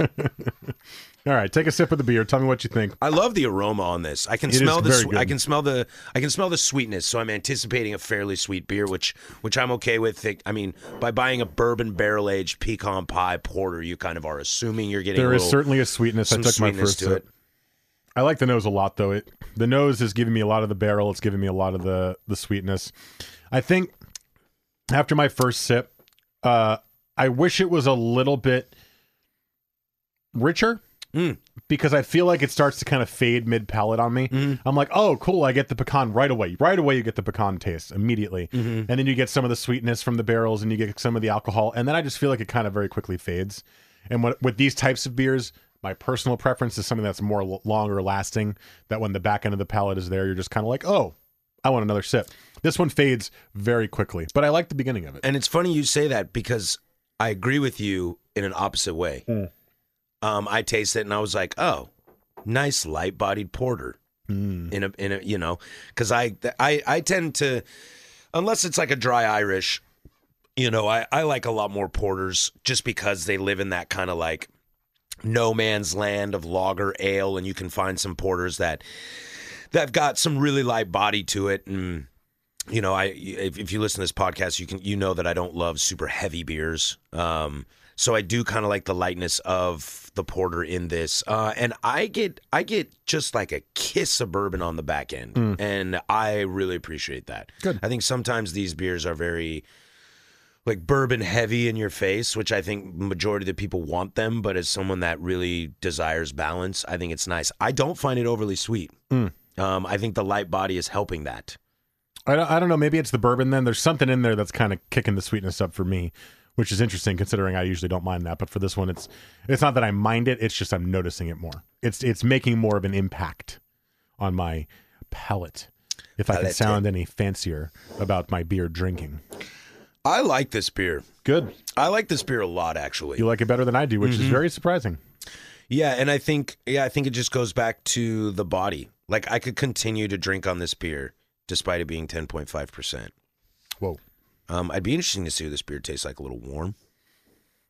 Speaker 3: All right, take a sip of the beer. Tell me what you think.
Speaker 4: I love the aroma on this. I can
Speaker 3: It is
Speaker 4: smell the
Speaker 3: very
Speaker 4: swe-
Speaker 3: good.
Speaker 4: I can smell the I can smell the sweetness. So I'm anticipating a fairly sweet beer, which which I'm okay with. Think- I mean, by buying a bourbon barrel aged pecan pie porter, you kind of are assuming you're getting
Speaker 3: There
Speaker 4: a
Speaker 3: is
Speaker 4: little-
Speaker 3: certainly a sweetness. I
Speaker 4: some
Speaker 3: took my
Speaker 4: sweetness
Speaker 3: first
Speaker 4: to
Speaker 3: sip.
Speaker 4: it.
Speaker 3: I like the nose a lot, though. It the nose is giving me a lot of the barrel. It's giving me a lot of the the sweetness. I think after my first sip, uh, I wish it was a little bit richer
Speaker 4: Mm.
Speaker 3: because I feel like it starts to kind of fade mid palate on me. I'm like, oh, cool! I get the pecan right away. Right away, you get the pecan taste immediately, and then you get some of the sweetness from the barrels, and you get some of the alcohol, and then I just feel like it kind of very quickly fades. And what, with these types of beers, my personal preference is something that's more l- longer lasting. That when the back end of the palate is there, you're just kind of like, oh, I want another sip. This one fades very quickly, but I like the beginning of it.
Speaker 4: And it's funny you say that because I agree with you in an opposite way. Um, I tasted it and I was like, "Oh, nice light bodied porter." In a in a you know, because I I I tend to unless it's like a dry Irish, you know, I I like a lot more porters just because they live in that kind of like no man's land of lager ale, and you can find some porters that that've got some really light body to it and you know, I if, if you listen to this podcast, you can you know that I don't love super heavy beers. Um, so I do kind of like the lightness of the porter in this, uh, and I get I get just like a kiss of bourbon on the back end, and I really appreciate that. Good. I think sometimes these beers are very like bourbon heavy in your face, which I think majority of the people want them. But as someone that really desires balance, I think it's nice. I don't find it overly sweet. Um, I think the light body is helping that.
Speaker 3: I don't, I don't know. Maybe it's the bourbon. Then there's something in there that's kind of kicking the sweetness up for me, which is interesting considering I usually don't mind that. But for this one, it's it's not that I mind it. It's just I'm noticing it more. It's it's making more of an impact on my palate. If I can
Speaker 4: Palate.
Speaker 3: sound any fancier about my beer drinking,
Speaker 4: I like this beer.
Speaker 3: good.
Speaker 4: I like this beer a lot, actually. Mm-hmm.
Speaker 3: You like it better than I do, which is very surprising.
Speaker 4: Yeah, and I think yeah, I think it just goes back to the body. Like I could continue to drink on this beer despite it being 10.5%.
Speaker 3: Whoa.
Speaker 4: Um, I'd be interesting to see what this beer tastes like a little warm.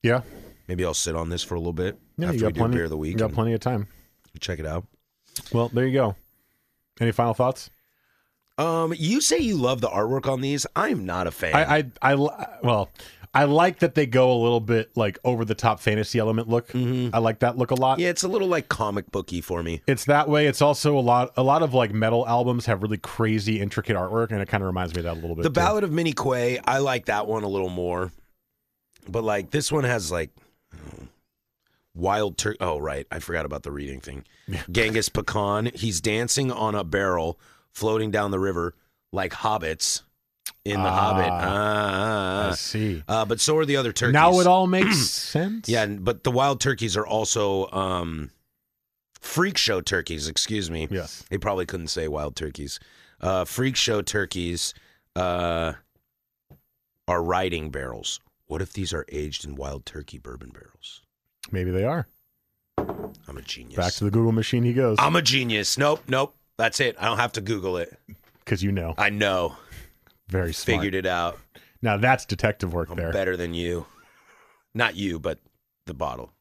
Speaker 3: Yeah.
Speaker 4: Maybe I'll sit on this for a little bit
Speaker 3: Yeah,
Speaker 4: after
Speaker 3: you got
Speaker 4: we do
Speaker 3: plenty.
Speaker 4: beer of the week
Speaker 3: You got
Speaker 4: and
Speaker 3: plenty of time.
Speaker 4: check it out.
Speaker 3: Well, there you go. Any final thoughts?
Speaker 4: Um, you say you love the artwork on these. I'm not a fan.
Speaker 3: I, I, I, li- well, I like that they go a little bit like over the top fantasy element look. I like that look a lot.
Speaker 4: Mm-hmm. yeah, it's a little like comic booky for me.
Speaker 3: It's that way. It's also a lot. A lot of like metal albums have really crazy, intricate artwork, and it kind of reminds me of that a little bit.
Speaker 4: The
Speaker 3: too.
Speaker 4: Ballad of Minnie Quay, I like that one a little more. But like this one has like oh, wild turkey. Oh right, I forgot about the reading thing. Genghis Pecan, he's dancing on a barrel floating down the river like hobbits in the Hobbit.
Speaker 3: Ah,
Speaker 4: Ah, ah,
Speaker 3: I
Speaker 4: ah.
Speaker 3: see.
Speaker 4: Uh, but so are the other turkeys.
Speaker 3: Now it all
Speaker 4: (clears throat)
Speaker 3: makes sense.
Speaker 4: Yeah, and- but the wild turkeys are also um, freak show turkeys. Excuse me.
Speaker 3: Yes.
Speaker 4: They probably couldn't say wild turkeys. Uh, freak show turkeys uh, are riding barrels. What if these are aged in wild turkey bourbon barrels?
Speaker 3: Maybe they are.
Speaker 4: I'm a genius.
Speaker 3: Back to the Google machine he goes
Speaker 4: I'm a genius. Nope, nope. That's it. I don't have to Google it.
Speaker 3: because you know,
Speaker 4: I know.
Speaker 3: very smart.
Speaker 4: Figured it Oh, out.
Speaker 3: Now that's detective work
Speaker 4: I'm
Speaker 3: there.
Speaker 4: better than you. Not you, but the bottle.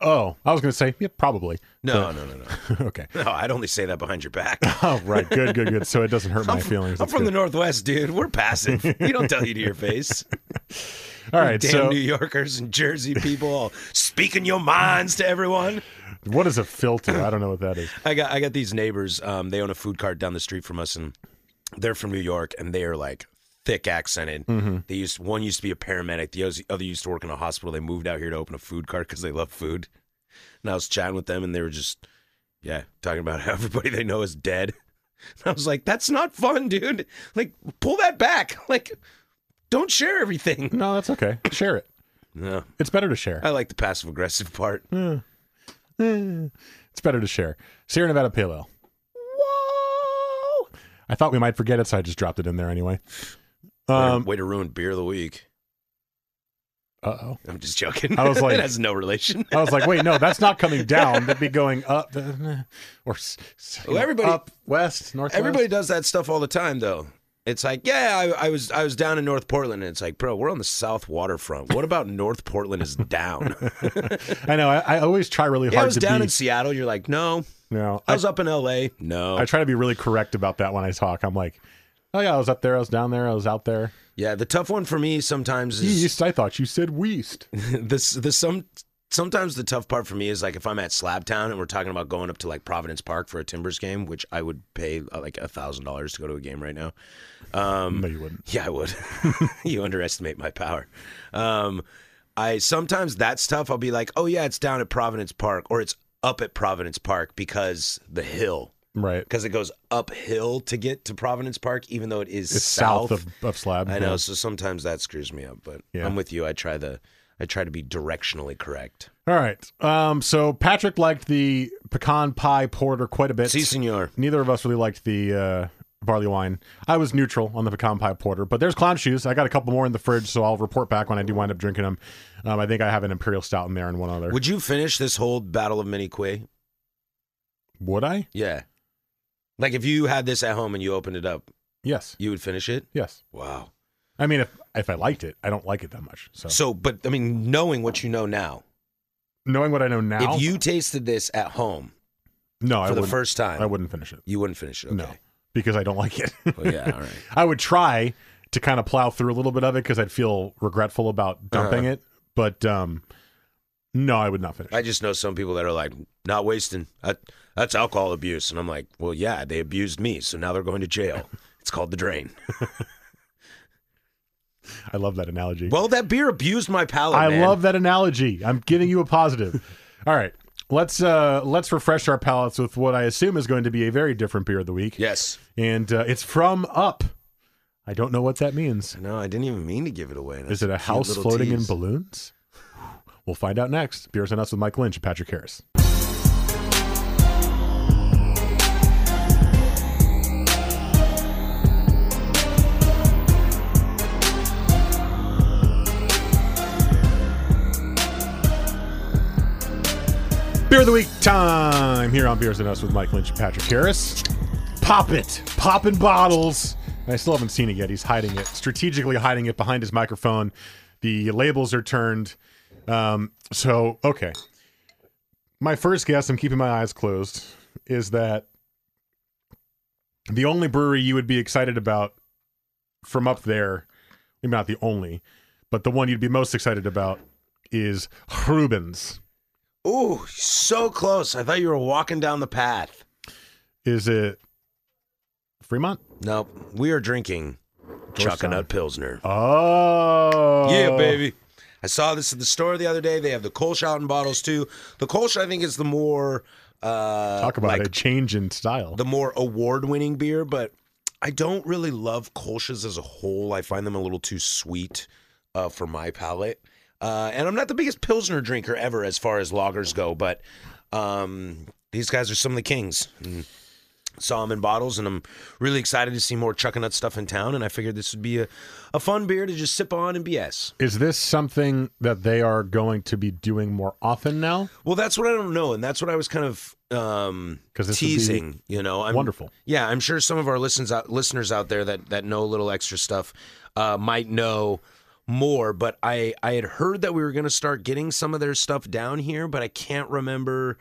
Speaker 3: Oh, I was going to say, yeah, probably. (laughs)
Speaker 4: No, no, no, no.
Speaker 3: okay.
Speaker 4: No, I'd only say that behind
Speaker 3: (laughs)
Speaker 4: your back.
Speaker 3: Oh, right. Good, good, good. So it doesn't hurt my feelings.
Speaker 4: (laughs) I'm
Speaker 3: That's
Speaker 4: from the
Speaker 3: good.
Speaker 4: Northwest, dude. We're passive. We don't tell you to
Speaker 3: (laughs)
Speaker 4: your face.
Speaker 3: All right.
Speaker 4: Damn
Speaker 3: So
Speaker 4: New Yorkers and Jersey people all speaking your minds to everyone.
Speaker 3: what is a filter? I don't know what that is.
Speaker 4: I got I got these neighbors. Um, they own a food cart down the street from us, and they're from New York, and they are like thick accented.
Speaker 3: Mm-hmm.
Speaker 4: They used one used to be a paramedic, the oth- other used to work in a hospital. They moved out here to open a food cart because they love food. And I was chatting with them, and they were just yeah talking about (laughs) how everybody they know is dead. And I was like, that's not fun, dude. Like, pull that back. Like, don't share
Speaker 3: (laughs)
Speaker 4: everything.
Speaker 3: No, that's okay. Share it.
Speaker 4: No,
Speaker 3: It's better to share.
Speaker 4: I like the passive aggressive part.
Speaker 3: Eh, it's better to share. Sierra Nevada Pale Ale. Whoa! I thought we might forget it, so I just dropped it in there anyway. Um.
Speaker 4: way to ruin beer of the week.
Speaker 3: Uh oh.
Speaker 4: I'm just joking. (laughs)
Speaker 3: I was like-
Speaker 4: it has no relation.
Speaker 3: I was like, wait, no, that's not coming down. That'd be going up, uh, or s- s-
Speaker 4: Well, everybody-
Speaker 3: up west, northwest.
Speaker 4: Everybody does that stuff all the time, though. It's like, yeah, I, I was I was down in North Portland, and it's like, bro, we're on the South Waterfront. What about North Portland
Speaker 3: (laughs)
Speaker 4: is down?
Speaker 3: I know. I, I always try really hard
Speaker 4: yeah, I was
Speaker 3: to
Speaker 4: down
Speaker 3: be.
Speaker 4: in Seattle. You're like, no.
Speaker 3: no,
Speaker 4: I was up in L.A. No.
Speaker 3: I try to be really correct about that when I talk. I'm like, oh yeah, I was up there, I was down there, I was out there.
Speaker 4: yeah, the tough one for me sometimes is
Speaker 3: East, I thought you said west.
Speaker 4: this. (laughs) The some sometimes the tough part for me is like if I'm at Slabtown and we're talking about going up to like Providence Park for a Timbers game, which I would pay uh, like a thousand dollars to go to a game right now.
Speaker 3: no, you wouldn't.
Speaker 4: Yeah, I would. (laughs) you underestimate my power. Um, I sometimes that stuff I'll be like, oh yeah, it's down at Providence Park or it's up at Providence Park because the hill,
Speaker 3: Right.
Speaker 4: because it goes uphill to get to Providence Park, even though it is
Speaker 3: It's south,
Speaker 4: south.
Speaker 3: of, of Slab.
Speaker 4: I know,
Speaker 3: Yeah.
Speaker 4: so sometimes that screws me up, but
Speaker 3: Yeah.
Speaker 4: I'm with you. I try the, I try to be directionally correct.
Speaker 3: All right. Um, so Patrick liked the pecan pie porter quite a bit.
Speaker 4: Si, senor.
Speaker 3: Neither of us really liked the uh, barley wine. I was neutral on the pecan pie porter, but there's clown shoes. I got a couple more in the fridge, so I'll report back when I do wind up drinking them. Um, I think I have an imperial stout in there and one other.
Speaker 4: Would you finish this whole battle of Mini Quay?
Speaker 3: Would I?
Speaker 4: Yeah. Like if you had this at home and you opened it up,
Speaker 3: Yes.
Speaker 4: you would finish it.
Speaker 3: Yes.
Speaker 4: Wow.
Speaker 3: I mean, if if I liked it, I don't like it that much. So,
Speaker 4: So, but I mean, knowing what you know now,
Speaker 3: knowing what I know now,
Speaker 4: if you tasted this at home
Speaker 3: no, I
Speaker 4: for the
Speaker 3: wouldn't-
Speaker 4: first time,
Speaker 3: I wouldn't finish it.
Speaker 4: You wouldn't finish it. Okay.
Speaker 3: No, because I don't like it.
Speaker 4: (laughs) Well, yeah, all right.
Speaker 3: (laughs) I would try to kind of plow through a little bit of it because I'd feel regretful about
Speaker 4: Uh-huh.
Speaker 3: dumping it. But um, no, I would not finish. it.
Speaker 4: I just know some people that are like, not wasting. That, that's alcohol abuse, and I'm like, well, yeah, they abused me, so now they're going
Speaker 3: (laughs)
Speaker 4: to jail. It's called the drain.
Speaker 3: I love that analogy.
Speaker 4: well, that beer abused my palate.
Speaker 3: I
Speaker 4: man.
Speaker 3: love that analogy. I'm giving you a positive. (laughs) All right, let's uh, let's refresh our palates with what I assume is going to be a very different beer of the week,
Speaker 4: Yes.
Speaker 3: and uh, it's from Up. I don't know what that means.
Speaker 4: No, I didn't even mean to give it away. That's
Speaker 3: Is it a
Speaker 4: cute
Speaker 3: house
Speaker 4: little
Speaker 3: floating
Speaker 4: tease.
Speaker 3: in balloons? (sighs) We'll find out next. Beers on Us with Mike Lynch and Patrick Harris. Beers Beer of the Week time here on Beers and Us with Mike Lynch and Patrick Harris. Pop it. Popping bottles. And I still haven't seen it yet. He's hiding it, strategically hiding it behind his microphone. The labels are turned. Um, so, okay. My first guess, I'm keeping my eyes closed, is that the only brewery you would be excited about from up there, maybe not the only, but the one you'd be most excited about is Rubens.
Speaker 4: Ooh, so close. I thought you were walking down the path.
Speaker 3: Is it Fremont?
Speaker 4: Nope. We are drinking
Speaker 3: Georgetown.
Speaker 4: Chuckanut Pilsner.
Speaker 3: Oh.
Speaker 4: Yeah, baby. I saw this at the store the other day. They have the Kolsch bottles too. The Kolsch, I think, is the more uh,
Speaker 3: Talk about
Speaker 4: like
Speaker 3: a change in style.
Speaker 4: the more award-winning beer, but I don't really love Kolsch's as a whole. I find them a little too sweet uh, for my palate. Uh, and I'm not the biggest Pilsner drinker ever as far as lagers go, but um, these guys are some of the kings. And saw them in bottles, and I'm really excited to see more Chuckanut stuff in town, and I figured this would be a, a fun beer to just sip on and BS.
Speaker 3: is this something that they are going to be doing more often now?
Speaker 4: Well, that's what I don't know, and that's what I was kind of um,
Speaker 3: 'Cause this would be
Speaker 4: teasing. You know, I'm,
Speaker 3: wonderful.
Speaker 4: Yeah, I'm sure some of our listens out, listeners out there that that know a little extra stuff uh, might know more. But I I had heard that we were going to start getting some of their stuff down here, but I can't remember.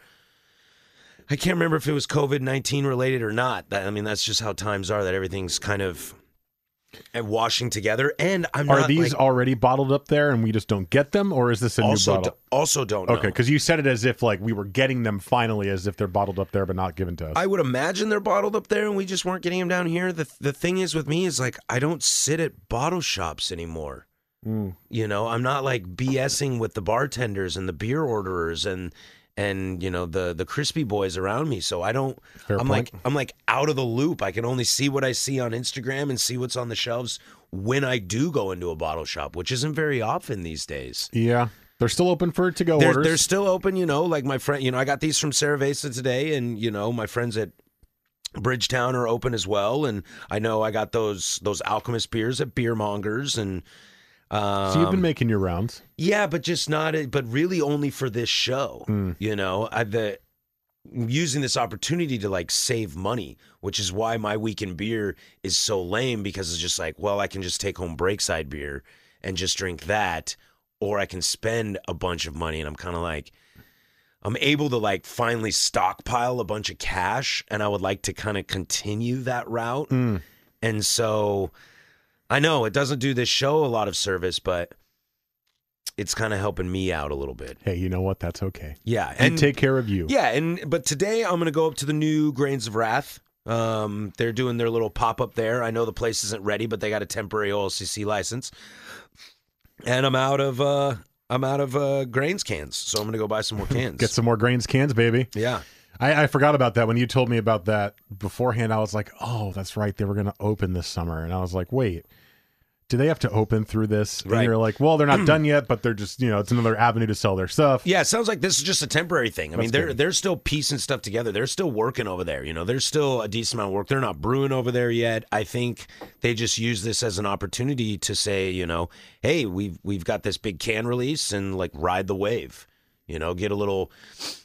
Speaker 4: I can't remember if it was COVID nineteen related or not. That, I mean, that's just how times are. That everything's kind of and washing together. And I'm
Speaker 3: Are
Speaker 4: not
Speaker 3: these
Speaker 4: like,
Speaker 3: already bottled up there and we just don't get them, or is this a new
Speaker 4: also
Speaker 3: bottle?
Speaker 4: do- also don't
Speaker 3: okay,
Speaker 4: know.
Speaker 3: because you said it as if like we were getting them finally, as if they're bottled up there but not given to us.
Speaker 4: I would imagine they're bottled up there, and we just weren't getting them down here. the The thing is with me is like I don't sit at bottle shops anymore.
Speaker 3: Hmm.
Speaker 4: You know, I'm not like BSing with the bartenders and the beer orderers and and you know the the crispy boys around me. So I don't.
Speaker 3: Fair
Speaker 4: I'm
Speaker 3: point.
Speaker 4: like I'm like out of the loop. I can only see what I see on Instagram and see what's on the shelves when I do go into a bottle shop, which isn't very often these days.
Speaker 3: yeah, they're still open for to go
Speaker 4: They're,
Speaker 3: orders.
Speaker 4: they're still open, you know. Like my friend, you know, I got these from Cerveza today, and you know, my friends at Bridgetown are open as well. And I know I got those those Alchemist beers at Beer Mongers, and um,
Speaker 3: so you've been making your rounds.
Speaker 4: yeah, but just not, but really only for this show. You know, I, the using this opportunity to like save money, which is why my weekend beer is so lame because it's just like, well, I can just take home Breakside beer and just drink that, or I can spend a bunch of money, and I'm kind of like. I'm able to like finally stockpile a bunch of cash and I would like to kind of continue that route. And so I know it doesn't do this show a lot of service, but it's kind of helping me out a little bit.
Speaker 3: Hey, you know what? That's okay.
Speaker 4: Yeah,
Speaker 3: And take care of you.
Speaker 4: yeah, and but today I'm gonna go up to the new Grains of Wrath. Um, they're doing their little pop up there. I know the place isn't ready, but they got a temporary OLCC license. And I'm out of uh, I'm out of uh, grains cans, so I'm gonna go buy some more cans.
Speaker 3: (laughs) Get some more grains cans, baby.
Speaker 4: Yeah,
Speaker 3: I, I forgot about that when you told me about that beforehand. I was like, oh, that's right. They were going to open this summer. And I was like, wait, do they have to open through this? And
Speaker 4: Right.
Speaker 3: you're like, well, they're not done yet, but they're just, you know, it's another avenue to sell their stuff.
Speaker 4: yeah. It sounds like this is just a temporary thing. I mean, they're they're still piecing stuff together. They're still working over there. You know, there's still a decent amount of work. They're not brewing over there yet. I think they just use this as an opportunity to say, you know, hey, we've we've got this big can release and like ride the wave. You know, get a little.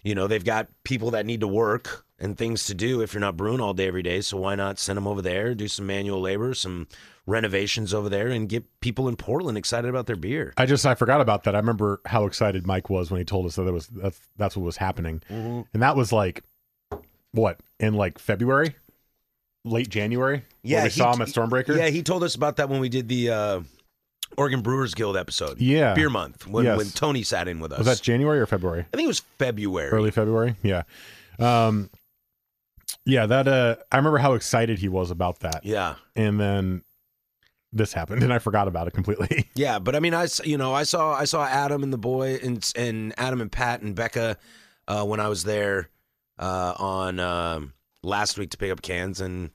Speaker 4: You know, they've got people that need to work and things to do if you're not brewing all day every day. So why not send them over there, do some manual labor, some renovations over there, and get people in Portland excited about their beer.
Speaker 3: I just, I forgot about that. I remember how excited Mike was when he told us that it was, that's, that's what was happening. And that was like, what, in like February? Late January? Where we
Speaker 4: he-
Speaker 3: saw him at Stormbreaker?
Speaker 4: Yeah, he told us about that when we did the uh, Oregon Brewers Guild episode.
Speaker 3: Yeah.
Speaker 4: Beer Month when,
Speaker 3: Yes.
Speaker 4: when Tony sat in with us.
Speaker 3: was that January or February?
Speaker 4: I think it was February.
Speaker 3: early February. Yeah. Um yeah, that uh I remember how excited he was about that.
Speaker 4: Yeah,
Speaker 3: And then this happened (laughs) and I forgot about it completely. (laughs)
Speaker 4: yeah, but I mean, I s- you know I saw I saw Adam and the boy and and Adam and Pat and Becca uh, when I was there uh, on um, last week to pick up cans and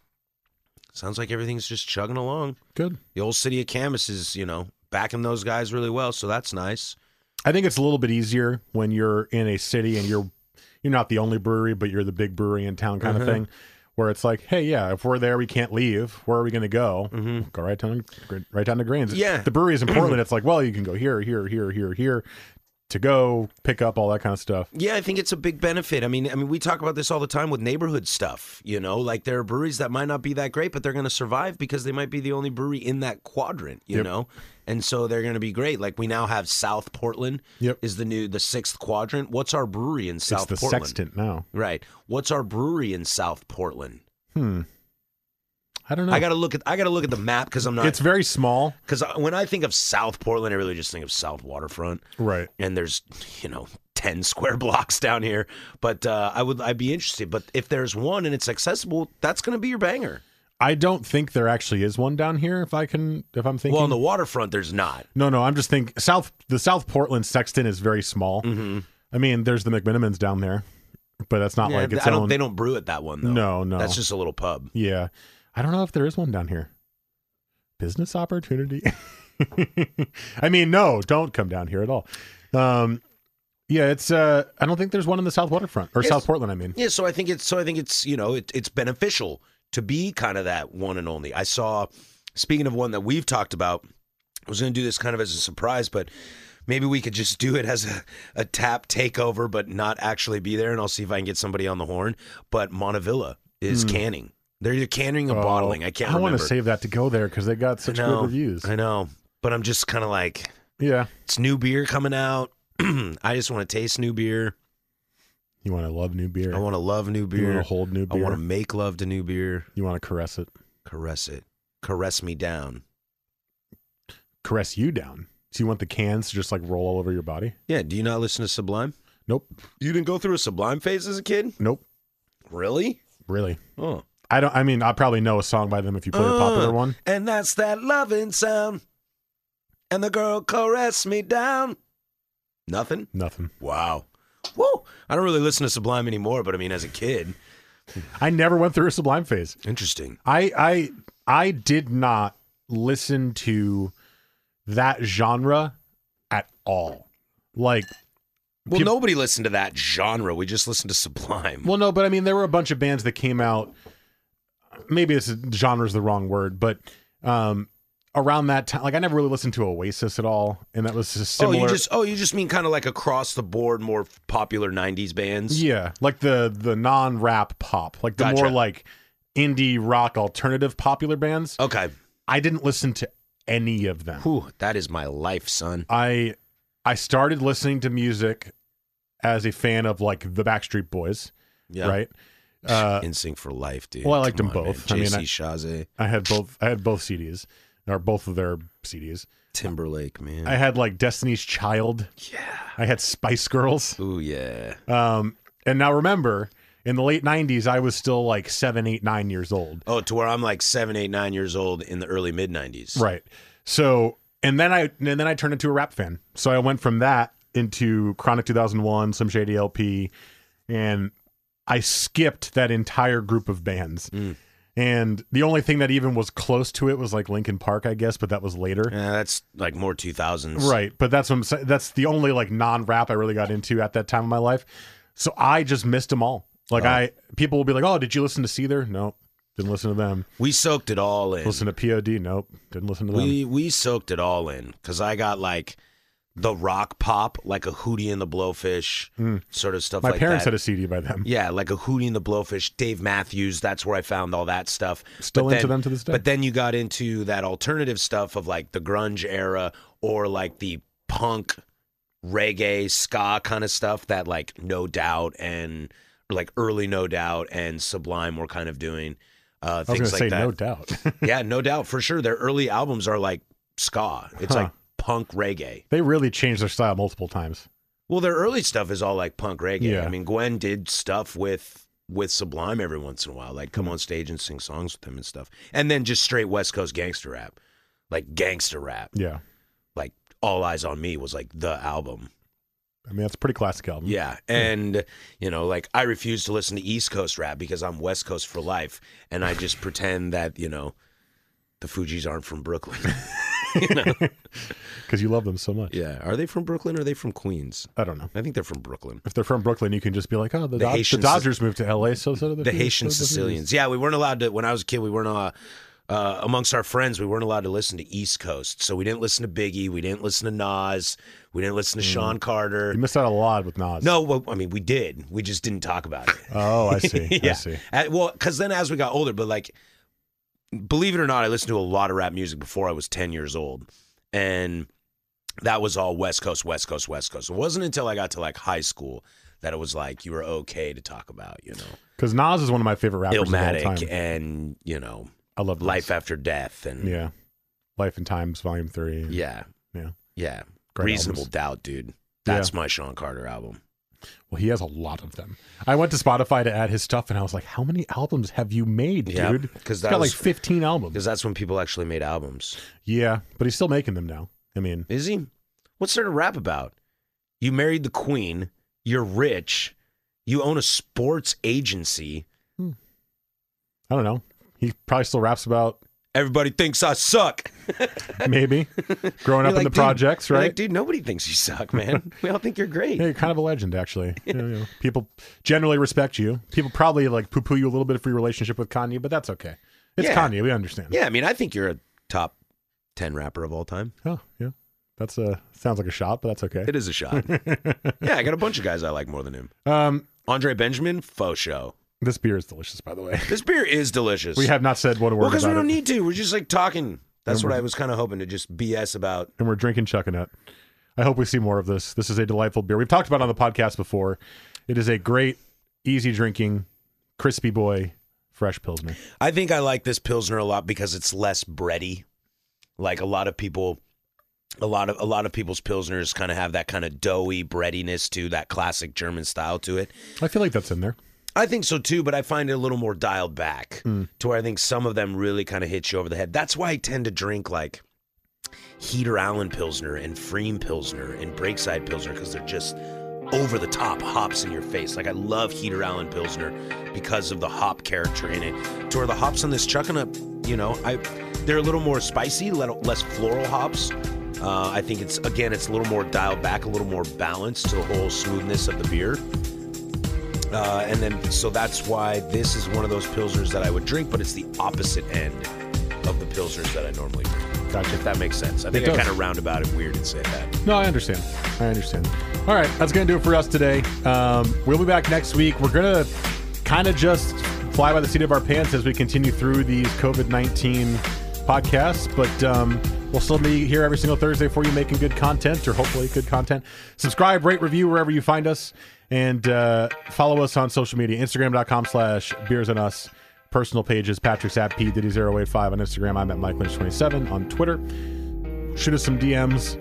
Speaker 4: sounds like everything's just chugging along.
Speaker 3: Good.
Speaker 4: The old city of Camas is you know backing those guys really well, so that's nice.
Speaker 3: I think it's a little bit easier when you're in a city and you're you're not the only brewery, but you're the big brewery in town kind of
Speaker 4: Mm-hmm.
Speaker 3: thing. Where it's like, hey, yeah, if we're there, we can't leave. Where are we going to go? Go right down, right down to Grains.
Speaker 4: Mm-hmm. Yeah. (clears throat)
Speaker 3: the brewery is in Portland. It's like, well, you can go here, here, here, here, here. to go, pick up, all that kind of stuff.
Speaker 4: Yeah, I think it's a big benefit. I mean, I mean, we talk about this all the time with neighborhood stuff. You know, like there are breweries that might not be that great, but they're going to survive because they might be the only brewery in that quadrant. You
Speaker 3: Yep.
Speaker 4: know, and so they're going to be great. Like we now have South Portland.
Speaker 3: Yep.
Speaker 4: Is the new the sixth quadrant? What's our brewery in
Speaker 3: It's
Speaker 4: South
Speaker 3: the
Speaker 4: Portland?
Speaker 3: sextant now.
Speaker 4: Right. What's our brewery in South Portland?
Speaker 3: Hmm. I don't know.
Speaker 4: I got to look at I got to look at the map because I'm not.
Speaker 3: it's very small.
Speaker 4: because uh, when I think of South Portland, I really just think of South Waterfront.
Speaker 3: Right.
Speaker 4: and there's you know 10 square (laughs) blocks down here but uh, i would i'd be interested but if there's one and it's accessible that's going to be your banger
Speaker 3: I don't think there actually is one down here. If I can, if I'm thinking.
Speaker 4: well on the waterfront there's not
Speaker 3: no, no. I'm just thinking South. The South Portland Sexton is very small.
Speaker 4: Mm.
Speaker 3: I mean, there's the McMinimans down there, but that's not
Speaker 4: Mm-hmm. Yeah,
Speaker 3: like its
Speaker 4: I don't,
Speaker 3: own.
Speaker 4: they don't brew it that one though
Speaker 3: No, no.
Speaker 4: that's just a little pub
Speaker 3: Yeah. I don't know if there is one down here. Business opportunity. (laughs) I mean, no, don't come down here at all. Um, yeah, it's. Uh, I don't think there's one in the South Waterfront or
Speaker 4: Yes.
Speaker 3: South Portland. I mean,
Speaker 4: yeah so i think it's so i think it's you know it, it's beneficial to be kind of that one and only i saw speaking of one that we've talked about i was going to do this kind of as a surprise but maybe we could just do it as a, a tap takeover but not actually be there and i'll see if i can get somebody on the horn but montevilla is canning they're either canning or
Speaker 3: Hmm. Oh,
Speaker 4: bottling i can't
Speaker 3: I
Speaker 4: remember
Speaker 3: want to save that to go there because they got such
Speaker 4: I know,
Speaker 3: good reviews.
Speaker 4: i know but i'm just kind of like
Speaker 3: yeah,
Speaker 4: it's new beer coming out (clears throat) i just want to taste new beer
Speaker 3: you want to love new beer.
Speaker 4: i want to love new
Speaker 3: you
Speaker 4: beer
Speaker 3: want to hold new
Speaker 4: i
Speaker 3: beer.
Speaker 4: want to make love to new beer
Speaker 3: you want to caress it,
Speaker 4: caress it, caress me down.
Speaker 3: caress you down. So you want the cans to just like roll all over your body?
Speaker 4: Yeah, do you not listen to Sublime?
Speaker 3: Nope,
Speaker 4: You didn't go through a Sublime phase as a kid?
Speaker 3: nope,
Speaker 4: Really?
Speaker 3: really.
Speaker 4: Oh,
Speaker 3: I don't. I mean, I probably know a song by them if you play a
Speaker 4: Uh.
Speaker 3: popular one.
Speaker 4: And that's that loving sound. And the girl caressed me down. Nothing.
Speaker 3: Nothing.
Speaker 4: Wow. Whoa. I don't really listen to Sublime anymore, but I mean, as a kid,
Speaker 3: I never went through a Sublime phase.
Speaker 4: interesting.
Speaker 3: I I I did not listen to that genre at all. Like,
Speaker 4: Well,
Speaker 3: Peop-
Speaker 4: nobody listened to that genre. We just listened to Sublime.
Speaker 3: well, no, but I mean, there were a bunch of bands that came out. Maybe this genre is the wrong word, but um, around that time, like I never really listened to Oasis at all, and that was just similar.
Speaker 4: Oh, you just oh, you just mean kind of like across the board, more popular '90s bands.
Speaker 3: yeah, like the the non rap pop, like the
Speaker 4: Gotcha.
Speaker 3: more like indie rock alternative popular bands.
Speaker 4: Okay.
Speaker 3: I didn't listen to any of them.
Speaker 4: Whew, that is my life, son.
Speaker 3: I I started listening to music as a fan of like the Backstreet Boys,
Speaker 4: Yeah.
Speaker 3: right? Uh,
Speaker 4: In sync for life, dude.
Speaker 3: well, I liked
Speaker 4: Come
Speaker 3: them
Speaker 4: on, man.
Speaker 3: both. I mean,
Speaker 4: JC
Speaker 3: I-
Speaker 4: Chazé,
Speaker 3: I had both I had both CDs or both of their CDs.
Speaker 4: Timberlake, man.
Speaker 3: I had like Destiny's Child.
Speaker 4: yeah.
Speaker 3: I had Spice Girls.
Speaker 4: Ooh, yeah.
Speaker 3: Um, and now remember, in the late '90s, I was still like seven, eight, nine years old,
Speaker 4: Oh, to where I'm like seven, eight, nine years old in the early mid '90s.
Speaker 3: right? So, and then I and then I turned into a rap fan. So I went from that into Chronic 2001, some shady LP, and I skipped that entire group of bands.
Speaker 4: Mm.
Speaker 3: And the only thing that even was close to it was like Linkin Park, I guess, but that was later.
Speaker 4: Yeah, that's like more 2000s.
Speaker 3: Right. But that's what I'm saying. That's the only like non rap I really got into at that time of my life. So I just missed them all. Like I people will be like, Oh, did you listen to Seether? Nope. Didn't listen to them.
Speaker 4: We soaked it all in.
Speaker 3: Listen to POD? Nope. Didn't listen to them.
Speaker 4: we we soaked it all in because I got like the rock pop, like a Hootie and the Blowfish, sort of stuff.
Speaker 3: Mm. my
Speaker 4: like
Speaker 3: parents
Speaker 4: that.
Speaker 3: had a CD by
Speaker 4: (laughs)
Speaker 3: them.
Speaker 4: Yeah, like a Hootie and the Blowfish, Dave Matthews. That's where I found all that stuff.
Speaker 3: Still
Speaker 4: But
Speaker 3: into them to this day.
Speaker 4: But then you got into that alternative stuff of like the grunge era or like the punk, reggae, ska kind of stuff that like No Doubt and or, like early No Doubt and Sublime were kind of doing uh,
Speaker 3: I was
Speaker 4: things
Speaker 3: gonna
Speaker 4: like
Speaker 3: say
Speaker 4: that.
Speaker 3: no doubt. (laughs)
Speaker 4: yeah, No Doubt for sure. Their early albums are like ska. It's
Speaker 3: Huh.
Speaker 4: like punk reggae.
Speaker 3: they really changed their style multiple times.
Speaker 4: Well, their early stuff is all like punk reggae.
Speaker 3: Yeah.
Speaker 4: I mean, Gwen did stuff with with Sublime every once in a while, like come on stage and sing songs with them and stuff. And then just straight West Coast gangster rap, like gangster rap,
Speaker 3: Yeah.
Speaker 4: like All Eyes on Me was like the album.
Speaker 3: I mean that's a pretty classic album.
Speaker 4: Yeah, and you know, like I refuse to listen to East Coast rap because I'm West Coast for life, and I just pretend that you know the Fugees aren't from Brooklyn. (laughs)
Speaker 3: (laughs)
Speaker 4: you know?
Speaker 3: Because you love them so much.
Speaker 4: Yeah, are they from Brooklyn or are they from Queens?
Speaker 3: I don't know.
Speaker 4: I think they're from Brooklyn.
Speaker 3: If they're from Brooklyn, you can just be like, oh, the, Dod-
Speaker 4: Haitian
Speaker 3: the Dodgers moved to LA, so so did the,
Speaker 4: the
Speaker 3: Fugees,
Speaker 4: Haitian
Speaker 3: so did the Fugees."
Speaker 4: Sicilians. Yeah, we weren't allowed to. When I was a kid, we weren't uh, uh, amongst our friends, we weren't allowed to listen to East Coast, so we didn't listen to Biggie, we didn't listen to Nas, we didn't listen to Sean Carter.
Speaker 3: Mm. You missed out a lot with Nas.
Speaker 4: No, well, I mean we did. We just didn't talk about it.
Speaker 3: Oh, (laughs) I see.
Speaker 4: (laughs) yeah.
Speaker 3: I see.
Speaker 4: Uh, well, because then as we got older, but like, believe it or not, I listened to a lot of rap music before I was 10 years old. And that was all West Coast, West Coast, West Coast. It wasn't until I got to like high school that it was like you were okay to talk about, you know,
Speaker 3: Because Nas is one of my favorite rappers of all
Speaker 4: Illmatic
Speaker 3: time.
Speaker 4: and, you know,
Speaker 3: I love Nas.
Speaker 4: Life After Death and
Speaker 3: Yeah. Life and Times, Volume Three.
Speaker 4: yeah,
Speaker 3: Yeah.
Speaker 4: yeah.
Speaker 3: Great
Speaker 4: Reasonable
Speaker 3: albums.
Speaker 4: Doubt, dude. That's my Sean Carter album.
Speaker 3: Well, he has a lot of them. I went to Spotify to add his stuff, and I was like, "How many albums have you made,
Speaker 4: Yeah,
Speaker 3: dude?
Speaker 4: 'cause
Speaker 3: He's
Speaker 4: that
Speaker 3: got
Speaker 4: was-
Speaker 3: like 15 albums."
Speaker 4: Because that's when people actually made albums.
Speaker 3: Yeah, but he's still making them now. I mean,
Speaker 4: Is he? What's there to rap about? You married the queen. You're rich. You own a sports agency.
Speaker 3: I don't know. He probably still raps about
Speaker 4: (laughs) Everybody thinks I suck.
Speaker 3: maybe growing up in
Speaker 4: You're like,
Speaker 3: the
Speaker 4: "Dude,"
Speaker 3: projects,
Speaker 4: you're
Speaker 3: right?
Speaker 4: Like, dude, nobody thinks you suck,
Speaker 3: (laughs)
Speaker 4: man. we all think you're great.
Speaker 3: Yeah, you're kind of a legend,
Speaker 4: (laughs)
Speaker 3: actually. You know, you know, people generally respect you. People probably like poo-poo you a little bit for your relationship with Kanye, but that's okay. It's
Speaker 4: Yeah.
Speaker 3: Kanye. We understand.
Speaker 4: Yeah, I mean, I think you're a top ten rapper of all time.
Speaker 3: Oh, yeah. That's a sounds like a shot, but that's okay.
Speaker 4: It is
Speaker 3: (laughs)
Speaker 4: a shot. yeah, I got a bunch of guys I like more than him.
Speaker 3: Um,
Speaker 4: Andre Benjamin, faux show.
Speaker 3: this beer is delicious, by the way.
Speaker 4: (laughs) This beer is delicious.
Speaker 3: We have not said one word
Speaker 4: well, because
Speaker 3: about
Speaker 4: we don't
Speaker 3: it,
Speaker 4: need to. We're just like talking. That's what I was kind of hoping to just BS about.
Speaker 3: and we're drinking Chuckanut. I hope we see more of this. This is a delightful beer. We've talked about it on the podcast before. It is a great, easy drinking, crispy boy, fresh pilsner.
Speaker 4: I think I like this pilsner a lot because it's less bready. Like a lot of people, a lot of a lot of people's pilsners kind of have that kind of doughy breadiness to that classic German style to it.
Speaker 3: I feel like that's in there.
Speaker 4: I think so too, but I find it a little more dialed back to where I think some of them really kind of hit you over the head. That's why I tend to drink like Heater Allen Pilsner and Freem Pilsner and Breakside Pilsner because they're just over the top hops in your face. Like I love Heater Allen Pilsner because of the hop character in it. To where the hops on this Chuckanut, you know, I they're a little more spicy, let- less floral hops. Uh, I think it's again, it's a little more dialed back, a little more balanced to the whole smoothness of the beer. Uh, and then, so that's why this is one of those pilsners that I would drink, but it's the opposite end of the pilsners that I normally drink.
Speaker 3: Gotcha.
Speaker 4: If that makes sense. I think I
Speaker 3: does.
Speaker 4: kind of roundabout and weird and said that.
Speaker 3: No, I understand. I understand. All right, that's going to do it for us today. Um, we'll be back next week. We're going to kind of just fly by the seat of our pants as we continue through these COVID 19 podcasts, but um, we'll still be here every single Thursday for you making good content or hopefully good content. Subscribe, rate, review wherever you find us, and uh, follow us on social media Instagram.com slash beers and us. Personal pages, Patrick's at P50085 on Instagram. I'm at Mike Lynch27 on Twitter shoot us some DMs.